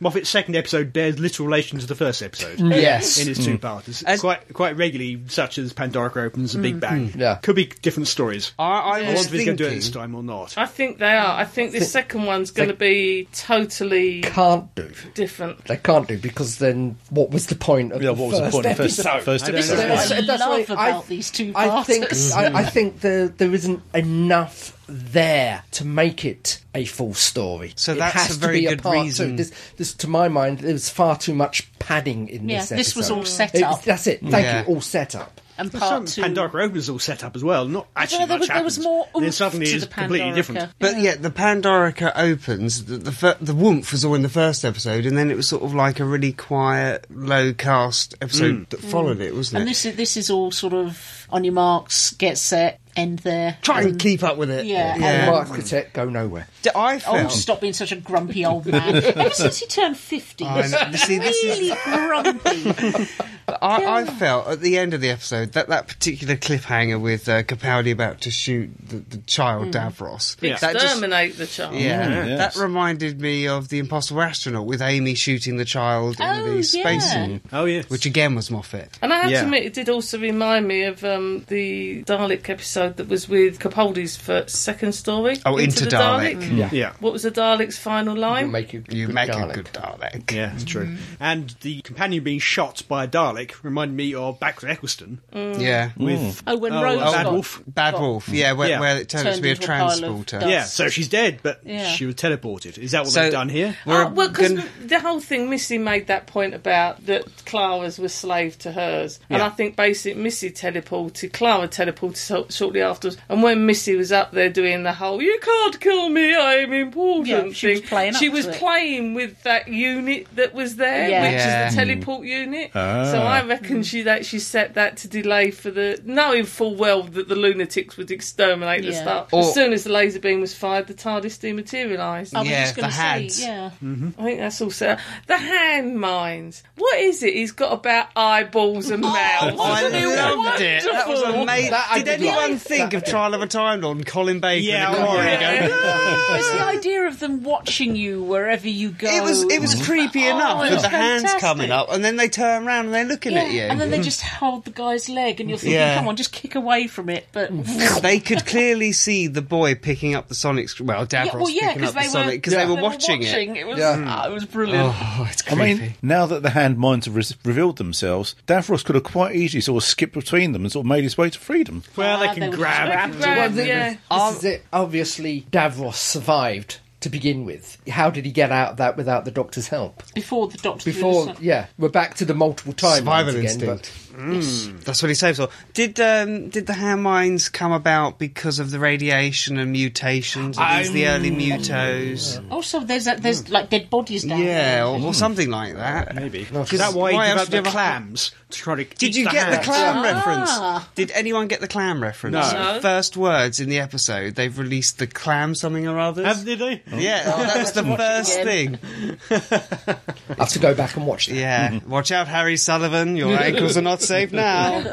Speaker 7: Moffat's second episode bears little relation to the first episode.
Speaker 3: yes,
Speaker 7: in its two parts.
Speaker 4: As-
Speaker 7: quite quite regularly, such as Pandora opens the Big Bang.
Speaker 3: Yeah.
Speaker 7: could be different stories.
Speaker 4: I,
Speaker 7: I
Speaker 4: I was
Speaker 7: wonder if he's going to do it this
Speaker 4: thinking.
Speaker 7: time or not.
Speaker 5: I think they are. I think this second one's going to be totally
Speaker 3: can't do.
Speaker 5: different.
Speaker 3: They can't do because then what was the point of
Speaker 2: yeah,
Speaker 3: the
Speaker 2: what was the
Speaker 3: first
Speaker 2: point of the first,
Speaker 3: episode?
Speaker 2: first
Speaker 7: I don't
Speaker 2: episode?
Speaker 1: know.
Speaker 3: That's-
Speaker 1: I
Speaker 3: that's
Speaker 1: love
Speaker 3: why
Speaker 1: about these two
Speaker 3: I think
Speaker 1: parts.
Speaker 3: I, I think there there isn't enough there to make it a full story.
Speaker 4: So
Speaker 3: it
Speaker 4: that's
Speaker 3: has
Speaker 4: a
Speaker 3: to
Speaker 4: very
Speaker 3: be
Speaker 4: good
Speaker 3: a part
Speaker 4: reason.
Speaker 3: Two. This, this, to my mind, there was far too much padding in
Speaker 1: Yeah,
Speaker 3: this. Episode.
Speaker 1: this was all set
Speaker 3: It
Speaker 1: up.
Speaker 3: was- that's it. Thank
Speaker 4: Yeah.
Speaker 3: you. All set up.
Speaker 1: and part two.
Speaker 7: Pandora opens all set up as well. Not actually
Speaker 1: there
Speaker 7: much
Speaker 1: was- there was
Speaker 7: happens.
Speaker 1: more
Speaker 7: Then
Speaker 1: oomph
Speaker 7: suddenly
Speaker 1: to
Speaker 7: it's
Speaker 1: the
Speaker 7: completely
Speaker 1: Pandorica.
Speaker 7: different.
Speaker 4: But yeah, the Pandorica opens. The the, fir- the woomph was all in the first episode, and then it was sort of like a really quiet, low cast episode that followed it, wasn't
Speaker 1: Mm. and
Speaker 4: it?
Speaker 1: this is this is all sort of on your marks, get set, end there.
Speaker 4: Try and keep up with it.
Speaker 1: Mm. Yeah.
Speaker 3: And
Speaker 4: yeah.
Speaker 3: Mark Critet go nowhere.
Speaker 4: D- I
Speaker 1: Oh,
Speaker 4: felt.
Speaker 1: stop being such a grumpy old man. Ever since he turned 50,
Speaker 4: I know. You see, this is-
Speaker 1: really grumpy.
Speaker 4: I, I felt at the end of the episode that that particular cliffhanger with uh, Capaldi about to shoot the, the
Speaker 1: Mm.
Speaker 4: child Davros. That just-
Speaker 5: Exterminate the child.
Speaker 4: yeah,
Speaker 2: yes.
Speaker 4: that reminded me of the Impossible Astronaut with Amy shooting the child
Speaker 1: Oh,
Speaker 4: in the space
Speaker 1: yeah.
Speaker 4: suit,
Speaker 7: Oh yes,
Speaker 4: which again was Moffat.
Speaker 5: And I have
Speaker 7: Yeah.
Speaker 5: to admit, it did also remind me of um, the Dalek episode that was with Capaldi's first, second story.
Speaker 4: Oh, Into
Speaker 5: the
Speaker 4: Dalek.
Speaker 3: Yeah.
Speaker 7: yeah.
Speaker 5: What was the Dalek's final
Speaker 3: You
Speaker 5: line?
Speaker 3: make a
Speaker 4: You
Speaker 3: good
Speaker 4: make
Speaker 3: Dalek.
Speaker 4: a good Dalek.
Speaker 7: Yeah, it's true.
Speaker 1: mm-hmm.
Speaker 7: And the companion being shot by a Dalek reminded me of back to Eccleston
Speaker 4: Yeah.
Speaker 7: with
Speaker 1: Oh, when
Speaker 7: Oh,
Speaker 1: Rose
Speaker 7: Bad
Speaker 1: got-
Speaker 7: Wolf.
Speaker 4: Bad
Speaker 1: got-
Speaker 4: Wolf, yeah, where,
Speaker 7: Yeah.
Speaker 4: where it turned, out to
Speaker 1: Turned
Speaker 4: be a
Speaker 1: into a pile of
Speaker 4: transporter.
Speaker 1: dust.
Speaker 7: yeah. So she's dead, but
Speaker 1: Yeah. Ah,
Speaker 7: she was teleported. Is that what
Speaker 4: So-
Speaker 7: they've done here?
Speaker 4: We're
Speaker 5: Oh, well, because
Speaker 4: gonna-
Speaker 5: the whole thing, Missy made that point about that Clara's was slave to hers, and
Speaker 7: Yeah.
Speaker 5: I think basically Missy teleported, Clara teleported so- shortly afterwards, and when Missy was up there doing the whole "you can't kill me, I am important"
Speaker 1: Yeah, she was
Speaker 5: thing,
Speaker 1: playing up
Speaker 5: she
Speaker 1: to
Speaker 5: was
Speaker 1: it.
Speaker 5: playing with that unit that was there,
Speaker 1: Yeah.
Speaker 5: which
Speaker 4: Yeah. Ah.
Speaker 5: is the teleport unit. So I reckon she'd actually set that to delay for the knowing full well that the lunatics would exterminate the
Speaker 1: Yeah.
Speaker 5: stuff.
Speaker 4: Or-
Speaker 5: as soon as the laser beam was fired, the TARDIS dematerialised.
Speaker 1: I was
Speaker 4: Yeah,
Speaker 1: just going
Speaker 4: the
Speaker 1: to
Speaker 4: hands.
Speaker 1: say, yeah.
Speaker 4: Mm.
Speaker 5: I think that's all set. The hand mines. What is it? He's got about eyeballs and mouths.
Speaker 4: I
Speaker 5: Isn't it
Speaker 4: loved it. That was
Speaker 5: wonderful?
Speaker 4: amazing.
Speaker 3: That I
Speaker 4: Did
Speaker 3: did like.
Speaker 4: anyone think of Trial of a Time Lord and Colin Baker?
Speaker 7: Yeah,
Speaker 4: and Gloria
Speaker 5: yeah.
Speaker 4: going,
Speaker 1: Oh, it's the idea of them watching you wherever you go.
Speaker 4: It was Oh, it was creepy enough
Speaker 1: it
Speaker 4: with
Speaker 1: was
Speaker 4: the hands
Speaker 1: fantastic.
Speaker 4: coming up, and then they turn around and they're looking
Speaker 1: Yeah,
Speaker 4: at you.
Speaker 1: and then they just hold the guy's leg, and you're thinking,
Speaker 4: Mm. Yeah. Mm.
Speaker 1: "Come on, just kick away from it." But
Speaker 4: they could clearly see the boy picking up the Sonic. sc- Well, Davros
Speaker 1: well, yeah,
Speaker 4: picking up
Speaker 1: because
Speaker 4: the
Speaker 1: they,
Speaker 4: Sonic
Speaker 1: were
Speaker 4: because they were watching, it.
Speaker 1: It, was
Speaker 3: Yeah.
Speaker 1: ah, it was brilliant.
Speaker 4: Oh, it's
Speaker 2: I
Speaker 4: creepy.
Speaker 2: mean, now that the hand mines have res- revealed themselves, Davros could have quite easily sort of skipped between them and sort of made his way to freedom.
Speaker 7: Well,
Speaker 1: Ah,
Speaker 7: they
Speaker 1: they
Speaker 7: can
Speaker 1: were
Speaker 7: grab.
Speaker 1: just
Speaker 5: Grab,
Speaker 3: Well,
Speaker 5: yeah.
Speaker 1: Um,
Speaker 3: This is it. Obviously, Davros survived to begin with. How did he get out of that without the doctor's help?
Speaker 1: Before the doctor,
Speaker 3: Before,
Speaker 1: was-
Speaker 3: yeah, we're back to the multiple timelines
Speaker 4: Survival
Speaker 3: again, but-
Speaker 4: instinct. Mm. That's what he saves for. Did um, did the hand mines come about because of the radiation and mutations? Are these the early mutos?
Speaker 1: also there's that, there's like dead bodies down
Speaker 4: Mm. Yeah,
Speaker 1: there.
Speaker 4: or, or something like that.
Speaker 7: Maybe. Is that why,
Speaker 4: why
Speaker 7: he
Speaker 4: else
Speaker 7: developed
Speaker 4: would you have
Speaker 7: the
Speaker 4: a-
Speaker 7: clams to try to?
Speaker 4: Did
Speaker 7: eat
Speaker 4: you get the
Speaker 7: hand?
Speaker 4: clam
Speaker 1: Ah.
Speaker 4: reference? Did anyone get the clam reference?
Speaker 7: No.
Speaker 5: No.
Speaker 4: First words in the episode, they've released the clam something or others.
Speaker 7: Have did they?
Speaker 4: yeah, that was the first thing.
Speaker 3: I have to go back and watch that.
Speaker 4: Yeah, watch out, Harry Sullivan. Your ankles are not save now.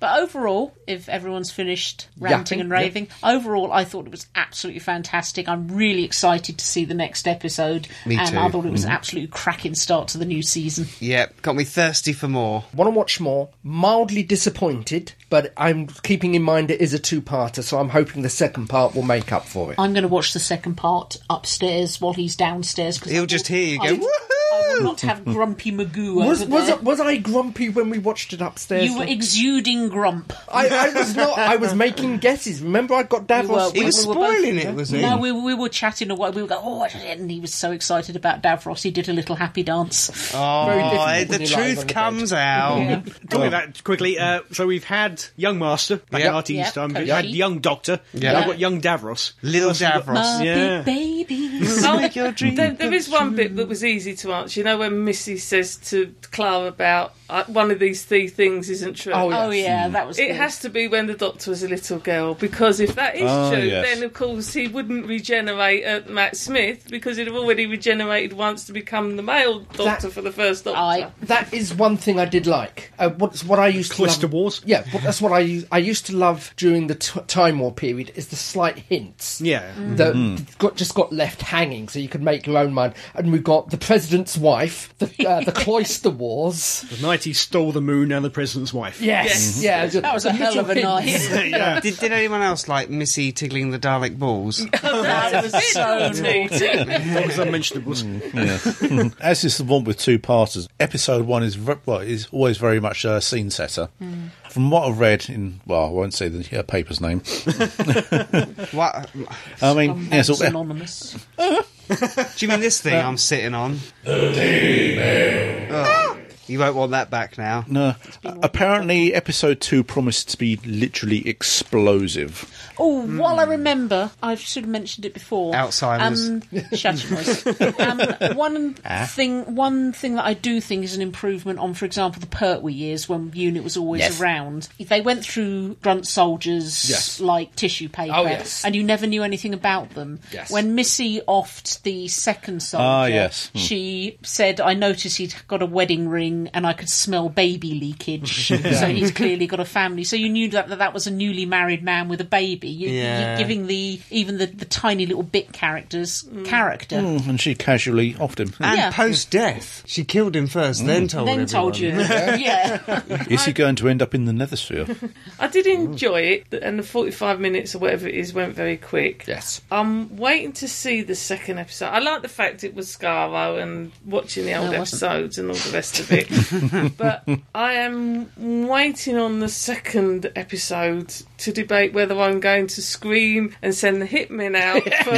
Speaker 1: But overall, if everyone's finished ranting
Speaker 3: Yapping,
Speaker 1: and raving, overall, I thought it was absolutely fantastic. I'm really excited to see the next episode.
Speaker 4: Me
Speaker 1: and
Speaker 4: too. Mm-hmm.
Speaker 1: I thought it was an absolute cracking start to the new season.
Speaker 4: yep, got me thirsty for more.
Speaker 3: Want to watch more? Mildly disappointed, but I'm keeping in mind it is a two-parter, so I'm hoping the second part will make up for it.
Speaker 1: I'm going to watch the second part upstairs while he's downstairs. Cause I
Speaker 4: He'll just
Speaker 1: will-
Speaker 4: hear you
Speaker 1: I
Speaker 4: go,
Speaker 1: will- I will not have Grumpy Magoo
Speaker 3: Was
Speaker 1: over
Speaker 3: was
Speaker 1: there.
Speaker 3: I, was I grumpy when we watched it upstairs?
Speaker 1: You were exuding grump.
Speaker 3: I, I was not. I was making guesses. Remember, I got
Speaker 1: You were-
Speaker 3: Davros.
Speaker 4: He
Speaker 1: We-
Speaker 4: was
Speaker 1: we were
Speaker 4: spoiling
Speaker 1: both-
Speaker 4: it, was he?
Speaker 1: No, we, we were chatting away. We were going, oh, and he was so excited about Davros. He did a little happy dance.
Speaker 3: difficult
Speaker 4: oh, the
Speaker 3: when you're lying on
Speaker 4: truth
Speaker 3: the bed.
Speaker 4: comes out.
Speaker 7: Talking about that quickly, uh, so we've had young Master back
Speaker 4: Yep.
Speaker 7: in RT's
Speaker 1: Yep,
Speaker 7: E time. We've
Speaker 1: Koshi.
Speaker 7: had young Doctor.
Speaker 4: Yeah.
Speaker 7: Now I've got young Davros.
Speaker 4: Little
Speaker 1: Uh,
Speaker 4: Davros.
Speaker 7: Yeah.
Speaker 1: Big babies.
Speaker 5: Oh,
Speaker 4: Make your dream
Speaker 5: there, there is one bit that was easy to answer. You know when Missy says to Clara about uh, one of these three things isn't true.
Speaker 3: Oh,
Speaker 1: Oh yeah, that was.
Speaker 5: It
Speaker 1: good.
Speaker 5: has to be when the Doctor was a little girl, because if that is
Speaker 2: Ah,
Speaker 5: true,
Speaker 2: yes.
Speaker 5: then of course he wouldn't regenerate at Matt Smith because he'd have already regenerated once to become the male Doctor for the first Doctor.
Speaker 1: I
Speaker 3: That is one thing I did like. Uh, what's what I used to
Speaker 7: Cloister
Speaker 3: love,
Speaker 7: Wars?
Speaker 3: Yeah, but that's what I used, I used to love during the t- Time War period is the slight hints.
Speaker 7: Yeah. Mm-hmm.
Speaker 3: That got just got left hanging, so you could make your own mind. And we got the president's wife, the uh, the cloister wars.
Speaker 7: The night he stole the moon and the president's wife. Mm-hmm.
Speaker 3: Yes, yeah, just-
Speaker 1: That was a hell
Speaker 3: little
Speaker 1: of a
Speaker 3: hints.
Speaker 1: night.
Speaker 7: yeah.
Speaker 4: Did, did anyone else like Missy tickling the Dalek balls?
Speaker 1: that was so naughty.
Speaker 7: That was unmentionables.
Speaker 4: Mm.
Speaker 2: As is the one with two parters, episode one is ve- well is always very much a scene setter.
Speaker 1: Hmm.
Speaker 2: From what I've read in, well, I won't say the uh, paper's name.
Speaker 4: What? Do
Speaker 2: I mean, yeah,
Speaker 1: It's
Speaker 2: so, uh,
Speaker 1: anonymous.
Speaker 4: you mean this thing
Speaker 5: Uh,
Speaker 4: I'm sitting on? Oh, you won't want that back now.
Speaker 2: no, apparently episode two promised to be literally explosive.
Speaker 1: Oh, while I remember, I should have mentioned it before.
Speaker 4: Alzheimer's.
Speaker 1: Um, shut your noise. Um, one
Speaker 3: Ah.
Speaker 1: thing, one thing that I do think is an improvement on, for example, the Pertwee years when unit was always
Speaker 3: Yes.
Speaker 1: around. They went through grunt soldiers
Speaker 3: Yes.
Speaker 1: like tissue paper,
Speaker 3: Oh, yes.
Speaker 1: and you never knew anything about them.
Speaker 3: Yes.
Speaker 1: When Missy offed the second soldier,
Speaker 2: Ah, yes. Hmm.
Speaker 1: she said, "I noticed he'd got a wedding ring, and I could smell baby leakage. So he's clearly got a family. So you knew that that, that was a newly married man with a baby. You,
Speaker 4: Yeah.
Speaker 1: You're giving the even the, the tiny little bit characters
Speaker 5: Mm.
Speaker 1: character.
Speaker 2: And she casually offed him.
Speaker 4: And
Speaker 1: Yeah.
Speaker 4: post death, she killed him first, then told
Speaker 1: Then told you,
Speaker 4: everyone.
Speaker 1: yeah.
Speaker 2: Is he going to end up in the nether sphere?
Speaker 5: I did enjoy it, and the 45 minutes or whatever it is went very quick.
Speaker 3: Yes,
Speaker 5: I'm waiting to see the second episode. I like the fact it was Scarrow and watching the old
Speaker 1: it wasn't.
Speaker 5: episodes and all the rest of it. but I am waiting on the second episode to debate whether I'm going to scream and send the hitmen out for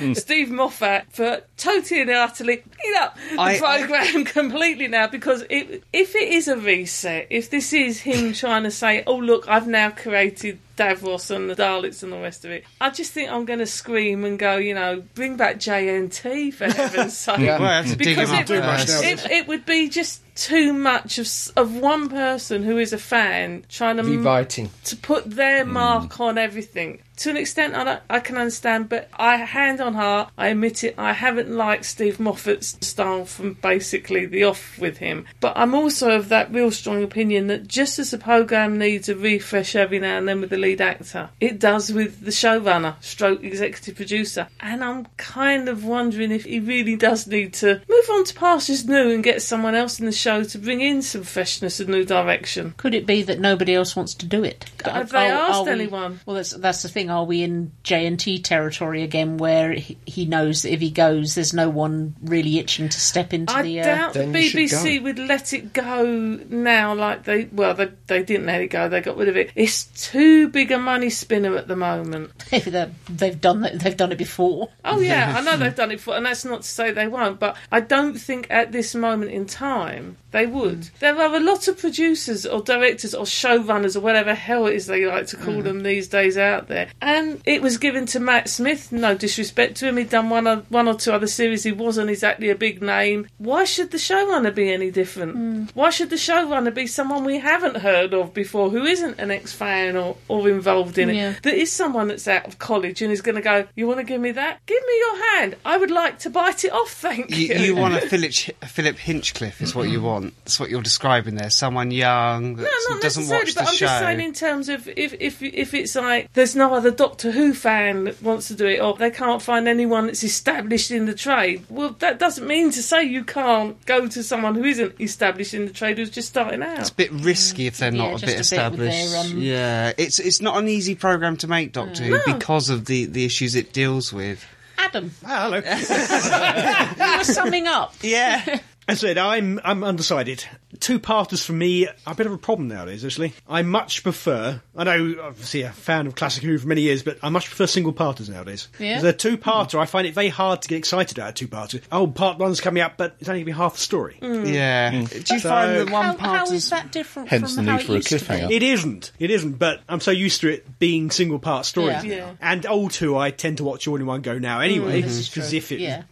Speaker 5: um, Steve Moffat for totally and utterly clean up the
Speaker 4: I-
Speaker 5: programme completely now because it, if it is a reset, if this is him trying to say, oh, look, I've now created Davros and the Daleks and the rest of it. I just think I'm going to scream and go, you know, bring back JNT for heaven's sake.
Speaker 4: Well, I have to dig him
Speaker 5: Because
Speaker 4: up
Speaker 5: it,
Speaker 4: first.
Speaker 5: would- it, it would be just too much of s- of one person who is a fan trying to
Speaker 1: Um,
Speaker 5: m-
Speaker 3: rewriting.
Speaker 5: to put their mark on everything. To an extent, I, don't, I can understand, but I, hand on heart, I admit it, I haven't liked Steve Moffat's style from basically the off with him. But I'm also of that real strong opinion that just as the programme needs a refresh every now and then with the lead actor, it does with the showrunner, stroke executive producer. And I'm kind of wondering if he really does need to move on to pastures new and get someone else in the show to bring in some freshness and new direction.
Speaker 1: Could it be that nobody else wants to do it?
Speaker 5: Have they asked
Speaker 1: we-
Speaker 5: anyone?
Speaker 1: Well, that's that's the thing. Are we in J and T territory again, where he, he knows that if he goes, there's no one really itching to step into
Speaker 5: I
Speaker 1: the. Uh,
Speaker 5: doubt the
Speaker 3: Then you should
Speaker 5: BBC
Speaker 3: go.
Speaker 5: would let it go now. Like they, well, they, they didn't let it go. They got rid of it. It's too big a money spinner at the moment.
Speaker 1: they've- they've done that. They've done it before.
Speaker 5: Oh yeah, I know they've done it for, and that's not to say they won't. But I don't think at this moment in time they would. There are a lot of producers or directors or showrunners or whatever hell it is they like to call them these days out there. And it was given to Matt Smith. No disrespect to him, he'd done one or, one or two other series. He wasn't exactly a big name. Why should the showrunner be any different? Why should the showrunner be someone we haven't heard of before, who isn't an ex fan or, or involved in it?
Speaker 1: Yeah.
Speaker 5: there is someone that's out of college and is going to go, You want to give me that? Give me your hand. I would like to bite it off, thank
Speaker 4: You,
Speaker 5: you.
Speaker 4: you want a Philip, Philip Hinchcliffe, is what you want. That's what you're describing there. Someone young that
Speaker 5: No, not
Speaker 4: doesn't
Speaker 5: necessarily,
Speaker 4: watch the
Speaker 5: but I'm
Speaker 4: show.
Speaker 5: just saying in terms of if, if if it's like there's no other Doctor Who fan that wants to do it, or they can't find anyone that's established in the trade. Well, that doesn't mean to say you can't go to someone who isn't established in the trade who's just starting out.
Speaker 4: It's a bit risky if they're
Speaker 1: Yeah,
Speaker 4: not
Speaker 1: just
Speaker 4: a
Speaker 1: a bit
Speaker 4: bit
Speaker 1: with
Speaker 4: established.
Speaker 1: their, um,
Speaker 4: Yeah, it's it's not an easy program to make Doctor Who because of the the issues it deals with.
Speaker 1: Adam,
Speaker 7: Ah, hello.
Speaker 1: you were summing up.
Speaker 4: Yeah,
Speaker 7: As I said, I'm I'm undecided. Two parters for me, a bit of a problem nowadays. Actually, I much prefer. I know, obviously, a fan of classic Who for many years, but I much prefer single parters nowadays.
Speaker 1: Yeah.
Speaker 7: The two parter, I find it very hard to get excited about a two parter. Oh, part one's coming up, but it's only going to be half the story.
Speaker 4: Mm. yeah. Do you
Speaker 7: So-
Speaker 4: find the
Speaker 1: Mm. How,
Speaker 4: one
Speaker 1: how
Speaker 4: part
Speaker 1: is
Speaker 4: is?
Speaker 1: that different
Speaker 2: Hence
Speaker 1: from
Speaker 2: the
Speaker 1: how
Speaker 2: need
Speaker 1: it
Speaker 2: for a
Speaker 1: used to be?
Speaker 2: cliffhanger.
Speaker 7: It isn't. It isn't. But I'm so used to it being single part stories
Speaker 1: Yeah.
Speaker 7: now.
Speaker 5: Yeah.
Speaker 7: And old two, I tend to watch all in one go now. Anyway, because if it
Speaker 1: Yeah.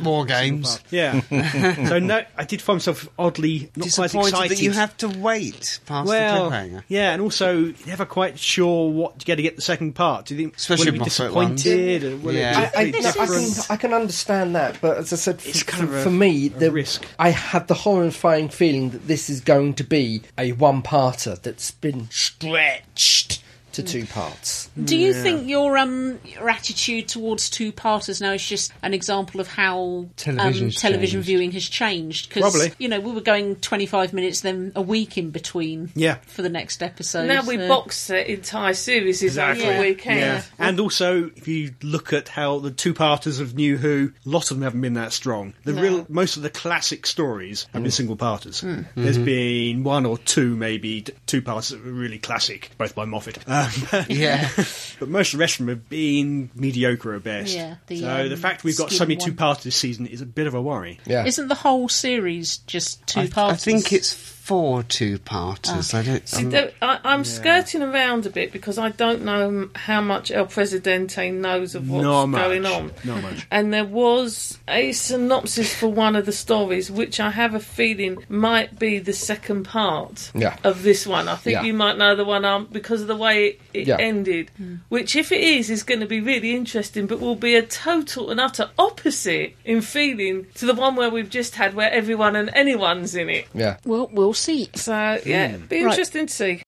Speaker 4: More games.
Speaker 7: Yeah. so no, I did find myself oddly not quite
Speaker 4: Disappointed
Speaker 7: excited
Speaker 4: that you have to wait past
Speaker 7: Well,
Speaker 4: the cliffhanger.
Speaker 7: yeah, and also never quite sure what you're going to get the second part. Do you think
Speaker 4: Especially
Speaker 7: will it be
Speaker 4: Moffat one.
Speaker 7: disappointed? Or will
Speaker 4: Yeah.
Speaker 7: it be
Speaker 3: I, I,
Speaker 7: completely
Speaker 3: no, I, can,
Speaker 7: different?
Speaker 3: I can understand that, but as I said, f-
Speaker 7: It's kind
Speaker 3: f-
Speaker 7: of a-
Speaker 3: for me,
Speaker 7: a
Speaker 3: the
Speaker 7: risk.
Speaker 3: I had the horrifying feeling that this is going to be a one-parter that's been stretched to two parts.
Speaker 1: Do you think your um your attitude towards two parters now is just an example of how um,
Speaker 4: Television's
Speaker 1: television
Speaker 4: changed.
Speaker 1: viewing has changed? Because
Speaker 7: Probably.
Speaker 1: you know we were going twenty five minutes, then a week in between.
Speaker 7: Yeah.
Speaker 1: for the next episode.
Speaker 5: Now we
Speaker 1: so-
Speaker 5: box set entire series
Speaker 7: Exactly.
Speaker 5: over
Speaker 1: Yeah.
Speaker 5: the weekend.
Speaker 7: Yeah. And also, if you look at how the two parters of New Who, a lot of them haven't been that strong. The real, most of the classic stories have been
Speaker 4: Mm.
Speaker 7: single parters.
Speaker 4: Hmm.
Speaker 7: There's
Speaker 4: Mm-hmm.
Speaker 7: been one or two, maybe d- two parts that were really classic, both by Moffat. Um,
Speaker 4: Yeah.
Speaker 7: but most of the rest of them have been mediocre at best.
Speaker 1: Yeah, the,
Speaker 7: so the
Speaker 1: um,
Speaker 7: fact we've got so
Speaker 1: skin
Speaker 7: many
Speaker 1: one.
Speaker 7: two parters this season is a bit of a worry.
Speaker 3: Yeah,
Speaker 1: Isn't the whole series just two
Speaker 4: I,
Speaker 1: parts?
Speaker 4: I think it's four
Speaker 1: Ah.
Speaker 4: two-parters. I don't.
Speaker 5: See,
Speaker 4: I'm-
Speaker 5: there- I, I'm skirting around a bit because I don't know how much El Presidente knows of what's
Speaker 7: Not much.
Speaker 5: going on.
Speaker 7: Not much.
Speaker 5: And there was a synopsis for one of the stories, which I have a feeling might be the second part
Speaker 3: Yeah.
Speaker 5: of this one. I think
Speaker 3: Yeah.
Speaker 5: you might know the one um, because of the way it, it
Speaker 3: Yeah.
Speaker 5: ended, which, if it is, is going to be really interesting, but will be a total and utter opposite in feeling to the one where we've just had, where everyone and anyone's in it.
Speaker 3: yeah.
Speaker 1: well, we'll see.
Speaker 5: So, yeah,
Speaker 3: Hmm.
Speaker 5: it'd be
Speaker 1: Right.
Speaker 5: interesting to see.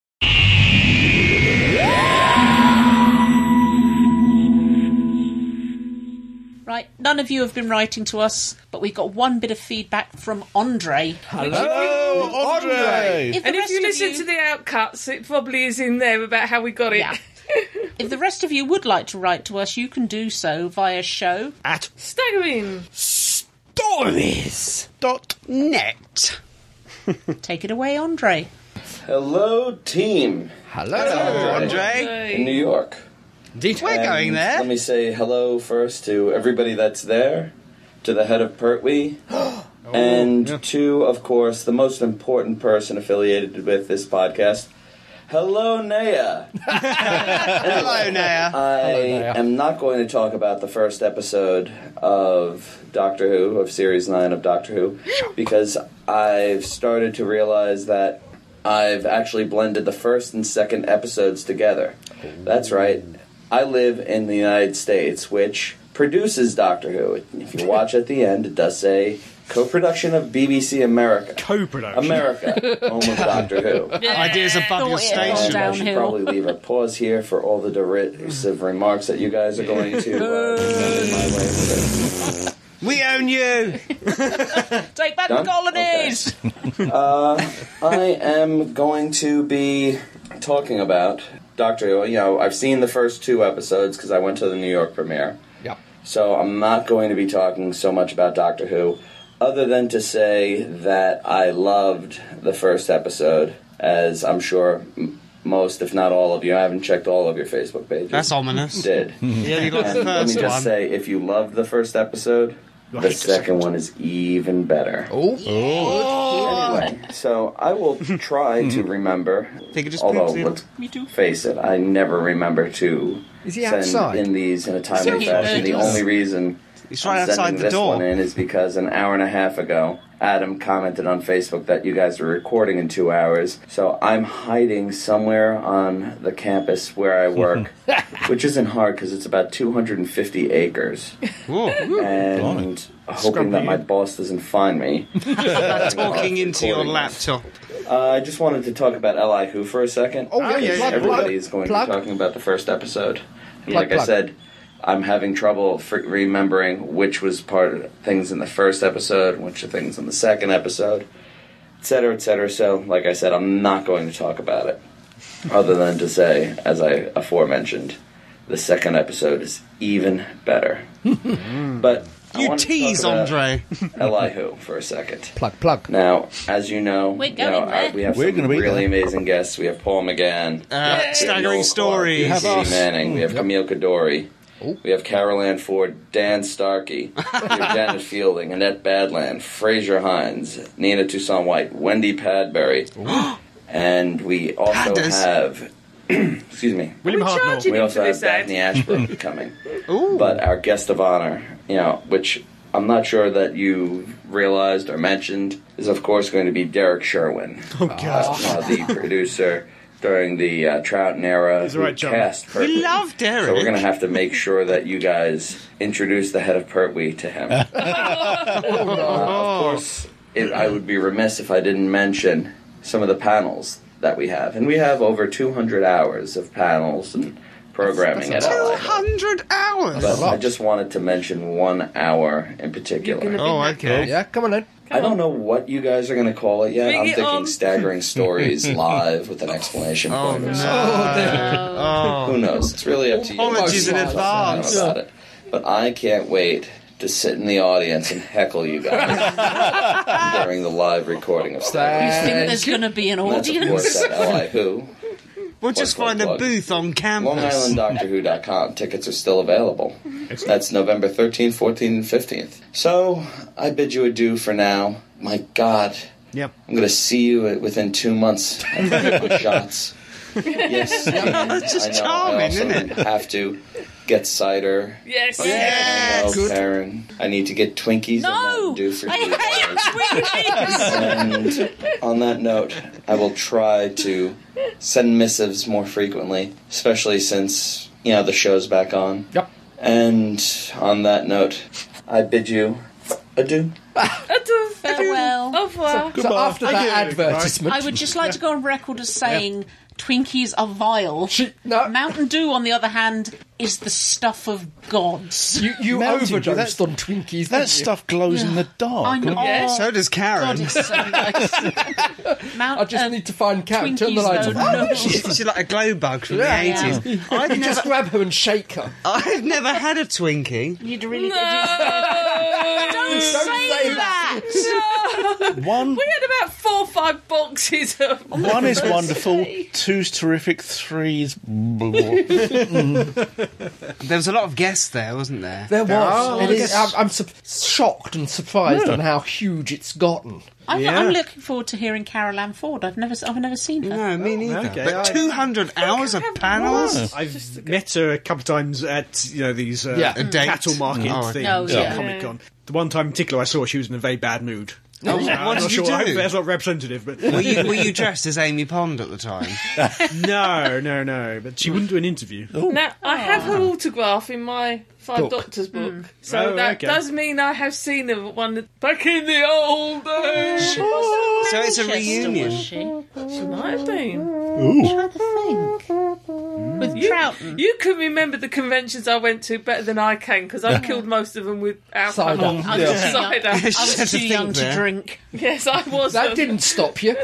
Speaker 1: Right, none of you have been writing to us, but we got one bit of feedback from Andre.
Speaker 2: Hello, Andre.
Speaker 1: If the
Speaker 5: And if
Speaker 1: rest
Speaker 5: you
Speaker 1: of
Speaker 5: listen to the outcuts, it probably is in there about how we got it.
Speaker 1: Yeah. if the rest of you would like to write to us, you can do so via show
Speaker 7: At
Speaker 5: Staggering.
Speaker 3: Doris!
Speaker 2: Dot.
Speaker 4: net.
Speaker 1: Take it away, Andre.
Speaker 9: Hello, team.
Speaker 3: Hello!
Speaker 4: Andre,
Speaker 9: In New
Speaker 5: Hey.
Speaker 9: York.
Speaker 4: we're
Speaker 9: And
Speaker 4: going there.
Speaker 9: Let me say hello first to everybody that's there, to the head of Pertwee, and to, of course, the most important person affiliated with this podcast. Hello, Naya.
Speaker 4: Hello, Naya.
Speaker 9: I am not going to talk about the first episode of Doctor Who, of Series 9 of Doctor Who, because I've started to realize that I've actually blended the first and second episodes together. That's right. I live in the United States, which produces Doctor Who. If you watch at the end, it does say co production of BBC America.
Speaker 7: co-production.
Speaker 9: America, home of Doctor Who.
Speaker 4: Ideas above your
Speaker 1: Thought it all
Speaker 4: station.
Speaker 1: down.
Speaker 9: I should
Speaker 1: downhill.
Speaker 9: probably leave a pause here for all the derisive remarks that you guys are going to. Uh, defend in my way for this.
Speaker 4: We own you.
Speaker 1: Take back
Speaker 9: Done?
Speaker 1: the colonies!
Speaker 9: I am going to be talking about Doctor Who. You know, I've seen the first two episodes because I went to the New York premiere.
Speaker 3: Yeah.
Speaker 9: So I'm not going to be talking so much about Doctor Who, other than to say that I loved the first episode, as I'm sure m- most, if not all of you, I haven't checked all of your Facebook pages.
Speaker 4: That's Mhm. ominous.
Speaker 9: Did.
Speaker 4: Yeah, you got
Speaker 9: And let
Speaker 4: the
Speaker 9: me
Speaker 4: first
Speaker 9: just
Speaker 4: one.
Speaker 9: say, if you loved the first episode, the second one is even better. Anyway, so I will try to remember.
Speaker 4: They could just
Speaker 9: although,
Speaker 4: put it-
Speaker 9: let's
Speaker 1: Me too.
Speaker 9: face it, I never remember to
Speaker 3: Is he
Speaker 9: send
Speaker 3: outside?
Speaker 9: in these in a
Speaker 1: Is
Speaker 9: timely
Speaker 1: he?
Speaker 9: fashion. The
Speaker 1: Yeah.
Speaker 9: only reason
Speaker 4: He's right
Speaker 9: I'm
Speaker 4: outside
Speaker 9: sending
Speaker 4: the
Speaker 9: this
Speaker 4: door.
Speaker 9: one in is because an hour and a half ago, Adam commented on Facebook that you guys are recording in two hours. So I'm hiding somewhere on the campus where I work which isn't hard because it's about 250 acres.
Speaker 4: Whoa.
Speaker 9: And hoping that my boss doesn't find me.
Speaker 4: Talking into your
Speaker 9: Recording this.
Speaker 4: laptop.
Speaker 9: Uh, I just wanted to talk about Eli Who for a second.
Speaker 3: Oh, yeah, yeah,
Speaker 9: because
Speaker 3: yeah, yeah.
Speaker 9: Everybody is going
Speaker 3: Plug.
Speaker 9: to be talking about the first episode. And
Speaker 3: Plug,
Speaker 9: like I
Speaker 3: plug.
Speaker 9: said, I'm having trouble f- remembering which was part of things in the first episode, which are things in the second episode, etc., cetera, etc. So, like I said, I'm not going to talk about it, other than to say, as I aforementioned, the second episode is even better. but I
Speaker 4: You
Speaker 9: wanted to talk
Speaker 4: tease,
Speaker 9: about
Speaker 4: Andre.
Speaker 9: Elihu for a second.
Speaker 3: Plug, plug.
Speaker 9: Now, as you know,
Speaker 1: We're
Speaker 9: you
Speaker 1: going
Speaker 9: know,
Speaker 1: there.
Speaker 9: I- we have
Speaker 2: We're
Speaker 9: some
Speaker 2: gonna be
Speaker 9: really
Speaker 2: there.
Speaker 9: amazing guests. We have Paul McGann,
Speaker 4: Uh, staggering stories.
Speaker 9: We
Speaker 4: You
Speaker 9: have
Speaker 4: have
Speaker 9: Katie
Speaker 4: us.
Speaker 9: Manning. We have Camille Kadori.
Speaker 2: Oh.
Speaker 9: We have Carol Ann Ford, Dan Starkey, we have Janet Fielding, Annette Badland, Fraser Hines, Nina Toussaint White, Wendy Padbury,
Speaker 2: Oh.
Speaker 9: and we also
Speaker 4: Padders.
Speaker 9: have, excuse me,
Speaker 7: William
Speaker 5: Are we
Speaker 7: Hartnell.
Speaker 5: charging
Speaker 9: we
Speaker 5: him for
Speaker 9: also have
Speaker 5: this ad?
Speaker 9: Daphne Ashbrook coming. But our guest of honor, you know, which I'm not sure that you realized or mentioned, is of course going to be Derek Sherwin. Oh, God. the producer during the uh, Trouton era.
Speaker 7: He's
Speaker 9: who
Speaker 7: right, John.
Speaker 9: cast Pertwee.
Speaker 4: We love Derek.
Speaker 9: So we're going to have to make sure that you guys introduce the head of Pertwee to him. Uh, of course, it, I would be remiss if I didn't mention some of the panels that we have. And we have over 200 hours of panels and programming at all.
Speaker 4: 200 hours.
Speaker 9: But I just wanted to mention one hour in particular.
Speaker 4: Oh, okay.
Speaker 3: Yeah, come on then.
Speaker 9: I don't know what you guys are going to call it yet.
Speaker 5: Bring
Speaker 9: I'm
Speaker 5: it
Speaker 9: thinking
Speaker 5: on.
Speaker 9: staggering stories live with an explanation
Speaker 4: Oh,
Speaker 9: point. or
Speaker 4: no.
Speaker 5: Oh,
Speaker 9: Who knows? It's really up to you.
Speaker 4: Apologies in
Speaker 9: I don't know
Speaker 4: advance.
Speaker 9: about it. But I can't wait to sit in the audience and heckle you guys during the live recording of Staggering
Speaker 1: I
Speaker 9: Stories.
Speaker 1: think there's going to be an
Speaker 9: That's of
Speaker 1: audience.
Speaker 9: course at LI Who.
Speaker 4: We'll just
Speaker 9: Plug,
Speaker 4: find a
Speaker 9: plug, plug.
Speaker 4: booth on
Speaker 9: Long
Speaker 4: campus.
Speaker 9: Island Doctor Who.com. Tickets are still available. That's November 13th, 14th, and 15th. So I bid you adieu for now. My God,
Speaker 7: Yep.
Speaker 9: I'm going to see you at- within two months. I'm going to put shots. Yes,
Speaker 4: That's
Speaker 9: I
Speaker 4: just
Speaker 9: know.
Speaker 4: charming,
Speaker 9: I also
Speaker 4: isn't it?
Speaker 9: have to get cider.
Speaker 5: Yes.
Speaker 9: I know, Karen. I need to get Twinkies
Speaker 1: No!
Speaker 9: and Mountain Dew for
Speaker 1: I
Speaker 9: you. guys.
Speaker 1: hate
Speaker 9: And on that note, I will try to send missives more frequently, especially since, you know, the show's back on.
Speaker 3: Yep.
Speaker 9: And on that note, I bid you adieu.
Speaker 5: Adieu.
Speaker 1: Farewell.
Speaker 5: Au revoir.
Speaker 3: So after that advertisement,
Speaker 1: I would just like to go on record as saying Twinkies are vile.
Speaker 3: no.
Speaker 1: Mountain Dew, on the other hand, is the stuff of gods.
Speaker 3: you, you
Speaker 2: Mountain Dew,
Speaker 3: overdosed
Speaker 2: that's-
Speaker 3: on Twinkies.
Speaker 2: That
Speaker 3: didn't
Speaker 2: stuff glows in the
Speaker 1: I
Speaker 2: dark.
Speaker 1: know.
Speaker 4: So does
Speaker 1: Oh, God,
Speaker 4: Karen.
Speaker 1: it's so nice. Mount,
Speaker 3: I just
Speaker 1: um,
Speaker 3: need to find Karen. Turn the
Speaker 1: Twinkies,
Speaker 3: lights
Speaker 1: though, Oh,
Speaker 3: off.
Speaker 1: no.
Speaker 4: She's like a glow bug from
Speaker 3: Yeah.
Speaker 4: the 80s.
Speaker 3: you just grab her and shake her.
Speaker 4: I've never had a Twinkie.
Speaker 1: You'd really
Speaker 5: No.
Speaker 1: Don't say,
Speaker 3: say
Speaker 1: that.
Speaker 2: One,
Speaker 5: We had about four or five boxes of.
Speaker 2: one is wonderful. Two's terrific. Three's.
Speaker 4: There was a lot of guests there, wasn't there?
Speaker 3: There was.
Speaker 4: I
Speaker 3: it is, I'm,
Speaker 4: guess-
Speaker 3: I'm su- shocked and surprised on how huge it's gotten.
Speaker 1: I'm,
Speaker 7: Yeah.
Speaker 1: I'm looking forward to hearing Carol Ann Ford. I've never, s- I've never seen her.
Speaker 4: No, me neither.
Speaker 7: okay.
Speaker 4: but
Speaker 7: I-
Speaker 4: 200 hours of panels?
Speaker 7: I've met her a couple of times at you know these uh,
Speaker 3: Yeah.
Speaker 4: A date.
Speaker 7: cattle market
Speaker 4: Oh,
Speaker 7: things
Speaker 1: No, yeah.
Speaker 7: at Comic Con. The one time in particular, I saw she was in a very bad mood.
Speaker 4: Oh,
Speaker 7: I'm
Speaker 4: what
Speaker 7: not
Speaker 4: did you
Speaker 7: sure. I hope
Speaker 4: do?
Speaker 7: that's not representative, but
Speaker 4: Were you, were you dressed as Amy Pond at the time?
Speaker 7: no, no, no. But she wouldn't do an interview.
Speaker 4: Oh.
Speaker 1: Oh.
Speaker 5: Now, I have her autograph in my Five Doctors book,
Speaker 1: Hmm.
Speaker 5: so
Speaker 7: Oh,
Speaker 5: that
Speaker 7: okay.
Speaker 5: does mean I have seen her at one back in the old days.
Speaker 1: Oh.
Speaker 4: so it's a reunion.
Speaker 5: She might have been.
Speaker 1: With Trouton.
Speaker 5: You can remember the conventions I went to better than I can because I killed most of them with alcohol.
Speaker 3: Cider.
Speaker 1: I was too young,
Speaker 5: Cider.
Speaker 1: I was
Speaker 4: She had to
Speaker 1: too
Speaker 4: think
Speaker 1: young to
Speaker 4: there.
Speaker 1: drink.
Speaker 5: yes, I was.
Speaker 3: That didn't stop you.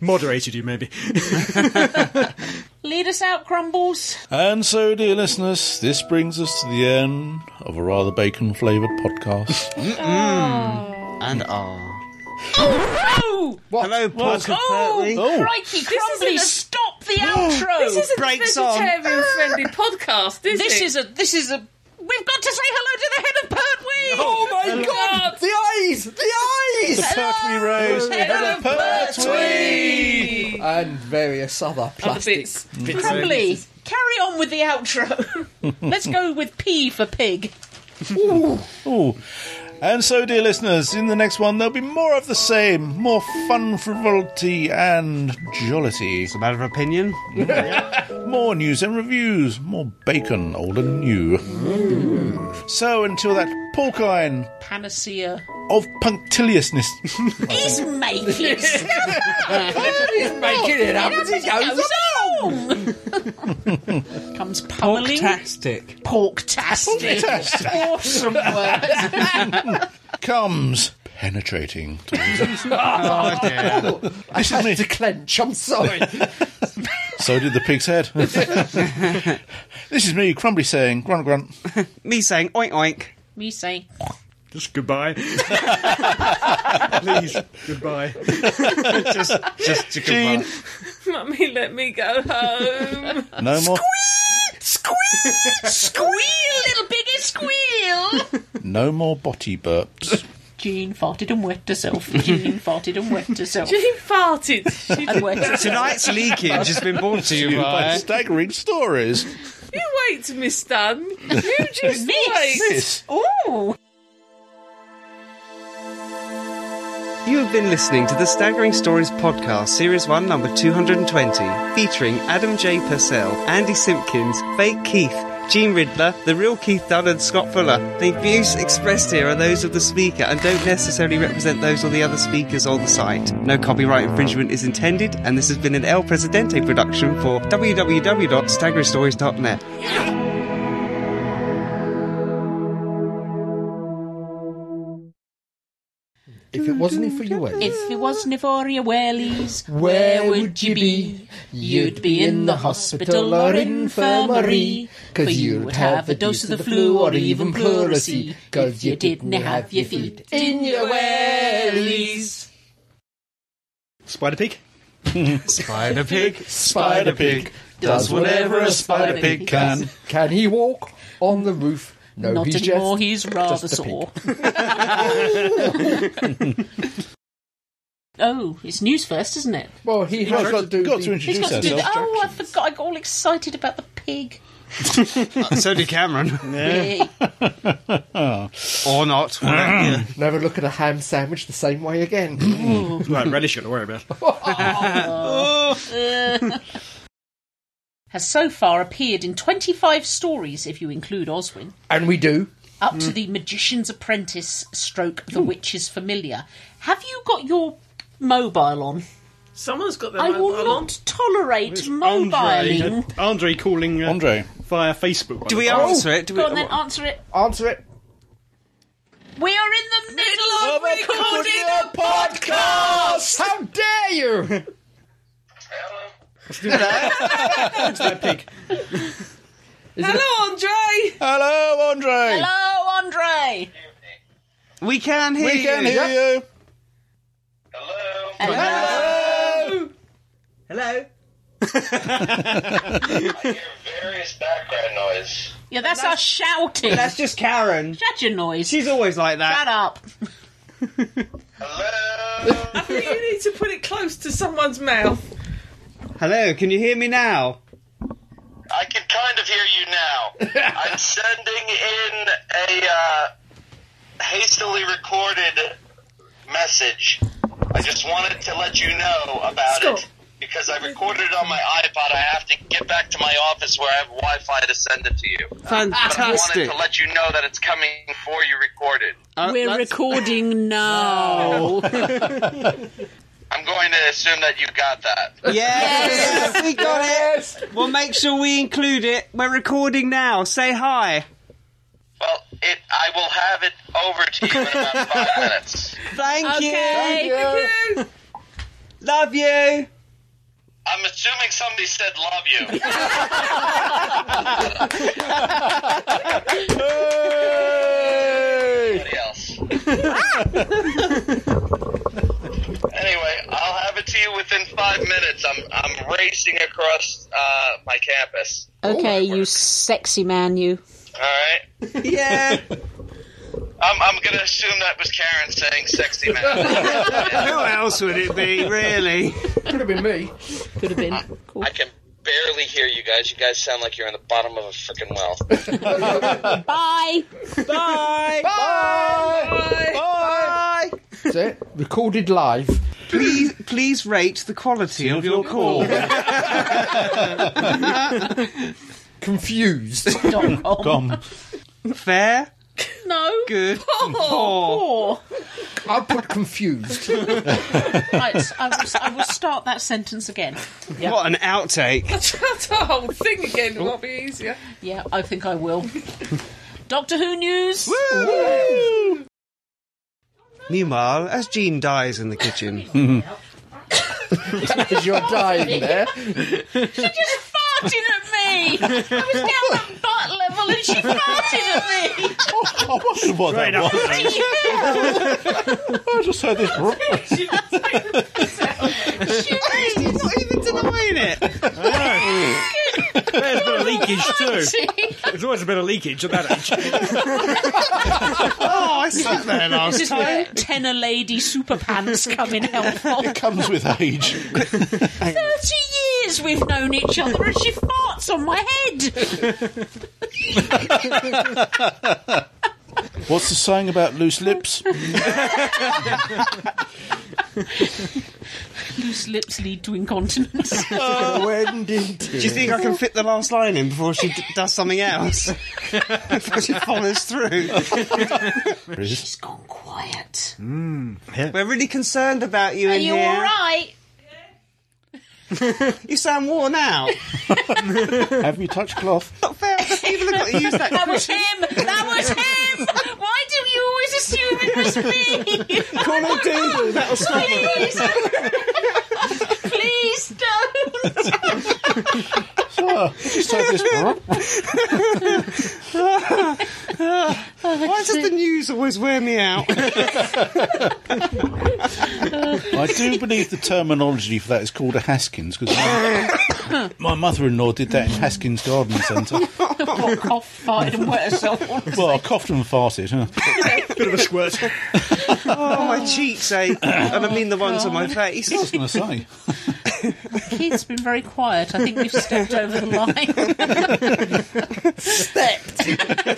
Speaker 7: Moderated you, maybe.
Speaker 1: Lead us out, Crumbles.
Speaker 2: And so, dear listeners, this brings us to the end of a rather bacon flavoured podcast.
Speaker 4: And ah.
Speaker 1: Oh!
Speaker 4: Hello, Parker
Speaker 1: Oh,
Speaker 4: Pertwee.
Speaker 1: crikey, Crumbly,
Speaker 5: isn't a-
Speaker 1: stop the outro!
Speaker 5: This isn't
Speaker 4: Breaks
Speaker 5: a
Speaker 4: on.
Speaker 5: vegetarian-friendly podcast, is
Speaker 1: This
Speaker 5: it?
Speaker 1: is a. This is a. We've got to say hello to the head of Pertwee.
Speaker 3: Oh my god! The eyes! The eyes!
Speaker 2: Pertwee Rose,
Speaker 1: Head of Pertwee.
Speaker 3: And various other
Speaker 5: Other
Speaker 3: plastic.
Speaker 5: bits.
Speaker 1: Crumbly, carry on with the outro. Let's go with P for pig.
Speaker 2: Ooh. And so, dear listeners, in the next one there'll be more of the same, more fun, frivolity, and jollity.
Speaker 4: It's a matter of opinion.
Speaker 1: Mm.
Speaker 2: More news and reviews, more bacon, old and new.
Speaker 3: Hmm.
Speaker 2: So, until that porcine
Speaker 1: Panacea
Speaker 2: of punctiliousness.
Speaker 1: is making
Speaker 3: Making it up as he goes.
Speaker 1: song. Comes pummeling
Speaker 10: Tastic.
Speaker 1: porktastic. awesome word.
Speaker 2: comes penetrating.
Speaker 4: Oh, dear.
Speaker 2: This is me.
Speaker 3: To clench, I'm sorry.
Speaker 2: So did the pig's head. this is me, Crumbly, saying grunt grunt.
Speaker 4: Me saying oink oink.
Speaker 1: Me say
Speaker 7: Just goodbye. Please, goodbye.
Speaker 4: just, just to
Speaker 2: Gene.
Speaker 4: confirm.
Speaker 5: Mummy, let me go home.
Speaker 2: No more.
Speaker 1: squeal, squeal, little piggy, squeal.
Speaker 2: No more body burps.
Speaker 1: Jean farted and wet herself. Jean farted and wet herself.
Speaker 5: She farted. She
Speaker 1: And wet herself.
Speaker 4: Tonight's leakage has been brought to you
Speaker 2: By
Speaker 4: by.
Speaker 2: staggering stories.
Speaker 5: You wait, Miss Dunn. You just wait.
Speaker 2: This.
Speaker 1: Ooh.
Speaker 4: You have been listening to the Staggering Stories podcast, series one, number 220, featuring Adam J. Purcell, Andy Simpkins, Fake Keith. Gene Riddler, the real Keith Dunn, and Scott Fuller. The views expressed here are those of the speaker and don't necessarily represent those of the other speakers or the site. No copyright infringement is intended, and this has been an El Presidente production for www.staggeringstories.net.
Speaker 3: if it wasn't for you, wait.
Speaker 1: If it wasn't for your wellies,
Speaker 3: Where would you be?
Speaker 1: You'd be in the hospital or infirmary, for you'd have a dose of the flu or even pleurisy, if you didn't have your feet in your wellies.
Speaker 7: Spider Pig?
Speaker 4: Spider Pig,
Speaker 3: Spider Pig does whatever a
Speaker 1: spider pig
Speaker 2: can.
Speaker 3: Can he walk on the roof? No,
Speaker 1: Not
Speaker 3: he's
Speaker 1: anymore,
Speaker 3: just
Speaker 1: he's rather
Speaker 3: just a pig.
Speaker 1: sore. oh, it's news first, isn't it?
Speaker 3: Well, he
Speaker 2: Well,
Speaker 3: has
Speaker 2: got,
Speaker 3: to do.
Speaker 2: got
Speaker 3: the-
Speaker 2: to
Speaker 1: He's
Speaker 2: introduce
Speaker 1: got to do
Speaker 2: herself.
Speaker 1: that. Oh, I forgot. I got all excited about the pig.
Speaker 4: Uh, so did Cameron.
Speaker 1: Pig.
Speaker 4: Or not. whatever, you know.
Speaker 3: Never look at a ham sandwich the same way again.
Speaker 7: Right, Reddish, got to worry about.
Speaker 1: Has so far appeared in 25 stories, if you include Oswin.
Speaker 3: and we do.
Speaker 1: up to the magician's apprentice stroke the witch's familiar have you got your mobile on
Speaker 5: Someone's got their
Speaker 1: i
Speaker 5: mobile
Speaker 1: will
Speaker 5: on.
Speaker 1: not tolerate mobiling
Speaker 7: Andre, Andre calling uh,
Speaker 2: Andre.
Speaker 7: via Facebook.
Speaker 4: Do we answer it? Do we,
Speaker 1: go on then answer it
Speaker 3: Answer it.
Speaker 1: we are in the middle of recording a
Speaker 3: podcast. How dare you?
Speaker 5: Hello, Andre.
Speaker 2: Hello, Andre.
Speaker 1: hello andre
Speaker 4: we can hear
Speaker 2: We can
Speaker 4: you.
Speaker 2: hear you.
Speaker 4: Hello.
Speaker 11: Various background noise.
Speaker 1: yeah that's us shouting
Speaker 4: That's just Karen.
Speaker 1: shut your noise
Speaker 4: She's always like that.
Speaker 1: shut up
Speaker 11: Hello.
Speaker 5: I think you need to put it close to someone's mouth.
Speaker 4: Hello, can you hear me now?
Speaker 11: I can kind of hear you now. I'm sending in a uh, hastily recorded message. I just wanted to let you know about
Speaker 5: Stop.
Speaker 11: it because I recorded it on my iPod. I have to get back to my office where I have Wi-Fi to send it to you. But I wanted
Speaker 4: Fantastic.
Speaker 11: to let you know that it's coming before you record it.
Speaker 4: Uh,
Speaker 1: we're
Speaker 4: that's-
Speaker 1: recording now
Speaker 11: I'm going to assume that you got that.
Speaker 4: Yes, we got it. We'll make sure we include it. We're recording now. Say hi.
Speaker 11: Well, it, I will have it over to you in about five minutes.
Speaker 4: Thank you.
Speaker 1: okay
Speaker 4: Love you.
Speaker 11: I'm assuming somebody said love you. Anybody else? anyway, I'll have it to you within five minutes. I'm I'm racing across uh, my campus.
Speaker 1: okay you sexy man you
Speaker 11: All right.
Speaker 4: Yeah.
Speaker 11: I'm I'm gonna assume that was Karen saying "sexy man."
Speaker 4: Who else would it be, really?
Speaker 3: Could have been me.
Speaker 1: could have been cool.
Speaker 11: I can barely hear you guys. You guys sound like you're in the bottom of a freaking well.
Speaker 1: Bye.
Speaker 4: Oh,
Speaker 3: That's it. Recorded live.
Speaker 4: Please, please rate the quality of your call.
Speaker 3: Confused.
Speaker 2: Com.
Speaker 4: Fair,
Speaker 1: No.
Speaker 4: good,
Speaker 5: Oh.
Speaker 4: Oh, poor.
Speaker 1: Or
Speaker 3: I'll put confused.
Speaker 1: right, I will, I will start that sentence again.
Speaker 4: What an outtake.
Speaker 5: I tried the whole thing again. It might be easier.
Speaker 1: Yeah, I think I will. Doctor Who news.
Speaker 4: Meanwhile, as Jean dies in the kitchen,
Speaker 3: Because you're dying there.
Speaker 1: She just farted at me. I was down at butt level and she farted at me.
Speaker 2: I wondered what
Speaker 7: Right
Speaker 2: that
Speaker 7: up.
Speaker 2: was. I just heard this.
Speaker 4: she's not even denying it.
Speaker 7: There's been a leakage too. There's always been a leakage at that age.
Speaker 4: Oh, I sat there last
Speaker 1: This is
Speaker 4: time.
Speaker 1: where tenor lady super pants come in helpful.
Speaker 2: It comes with age.
Speaker 1: Thirty years we've known each other, and she farts on my head.
Speaker 2: What's the saying about loose lips?
Speaker 1: Loose lips lead to incontinence.
Speaker 3: when did
Speaker 4: Do you think I can fit the last line in before she d- does something else? before she follows through?
Speaker 1: She's gone quiet.
Speaker 4: We're really concerned about you
Speaker 1: Are
Speaker 4: in
Speaker 1: you
Speaker 4: here.
Speaker 1: all right?
Speaker 4: You sound worn out.
Speaker 2: Have you touched cloth?
Speaker 4: Not fair. People have got to use that.
Speaker 1: That was him. That was him. Why do you always assume it was me?
Speaker 4: Call her Doodle. That'll stop her.
Speaker 1: Please, please don't.
Speaker 2: Oh, just heard this.
Speaker 4: Why does the news always wear me out?
Speaker 2: I do believe the terminology for that is called a Haskins because my, my mother-in-law did that in Haskins Garden Centre.
Speaker 1: Off, farted Oh, and wet herself. on.
Speaker 2: Well, I coughed and farted. Huh?
Speaker 7: Bit of a squirt.
Speaker 4: Oh, my cheeks ache. and I mean the ones on my
Speaker 1: Oh.
Speaker 4: face.
Speaker 2: I was going to say.
Speaker 1: Keith's been very quiet. I think we've stepped over the line. stepped.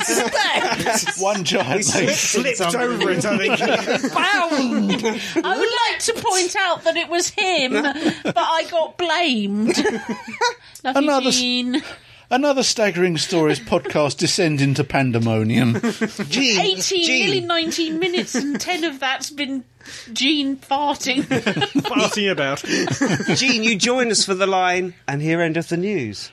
Speaker 1: stepped.
Speaker 2: One giant leg.
Speaker 7: Slipped over it, I think.
Speaker 1: I would like to point out that it was him, but I got blamed. Love
Speaker 2: Another
Speaker 1: you,
Speaker 2: s-
Speaker 1: Jean.
Speaker 2: Another staggering story is podcast descend into pandemonium.
Speaker 4: Jean,
Speaker 1: 18,
Speaker 4: Jean.
Speaker 1: nearly 19 minutes, and 10 of that's been Jean farting.
Speaker 7: Farting about.
Speaker 4: Jean, you join us for the line, and here endeth the news.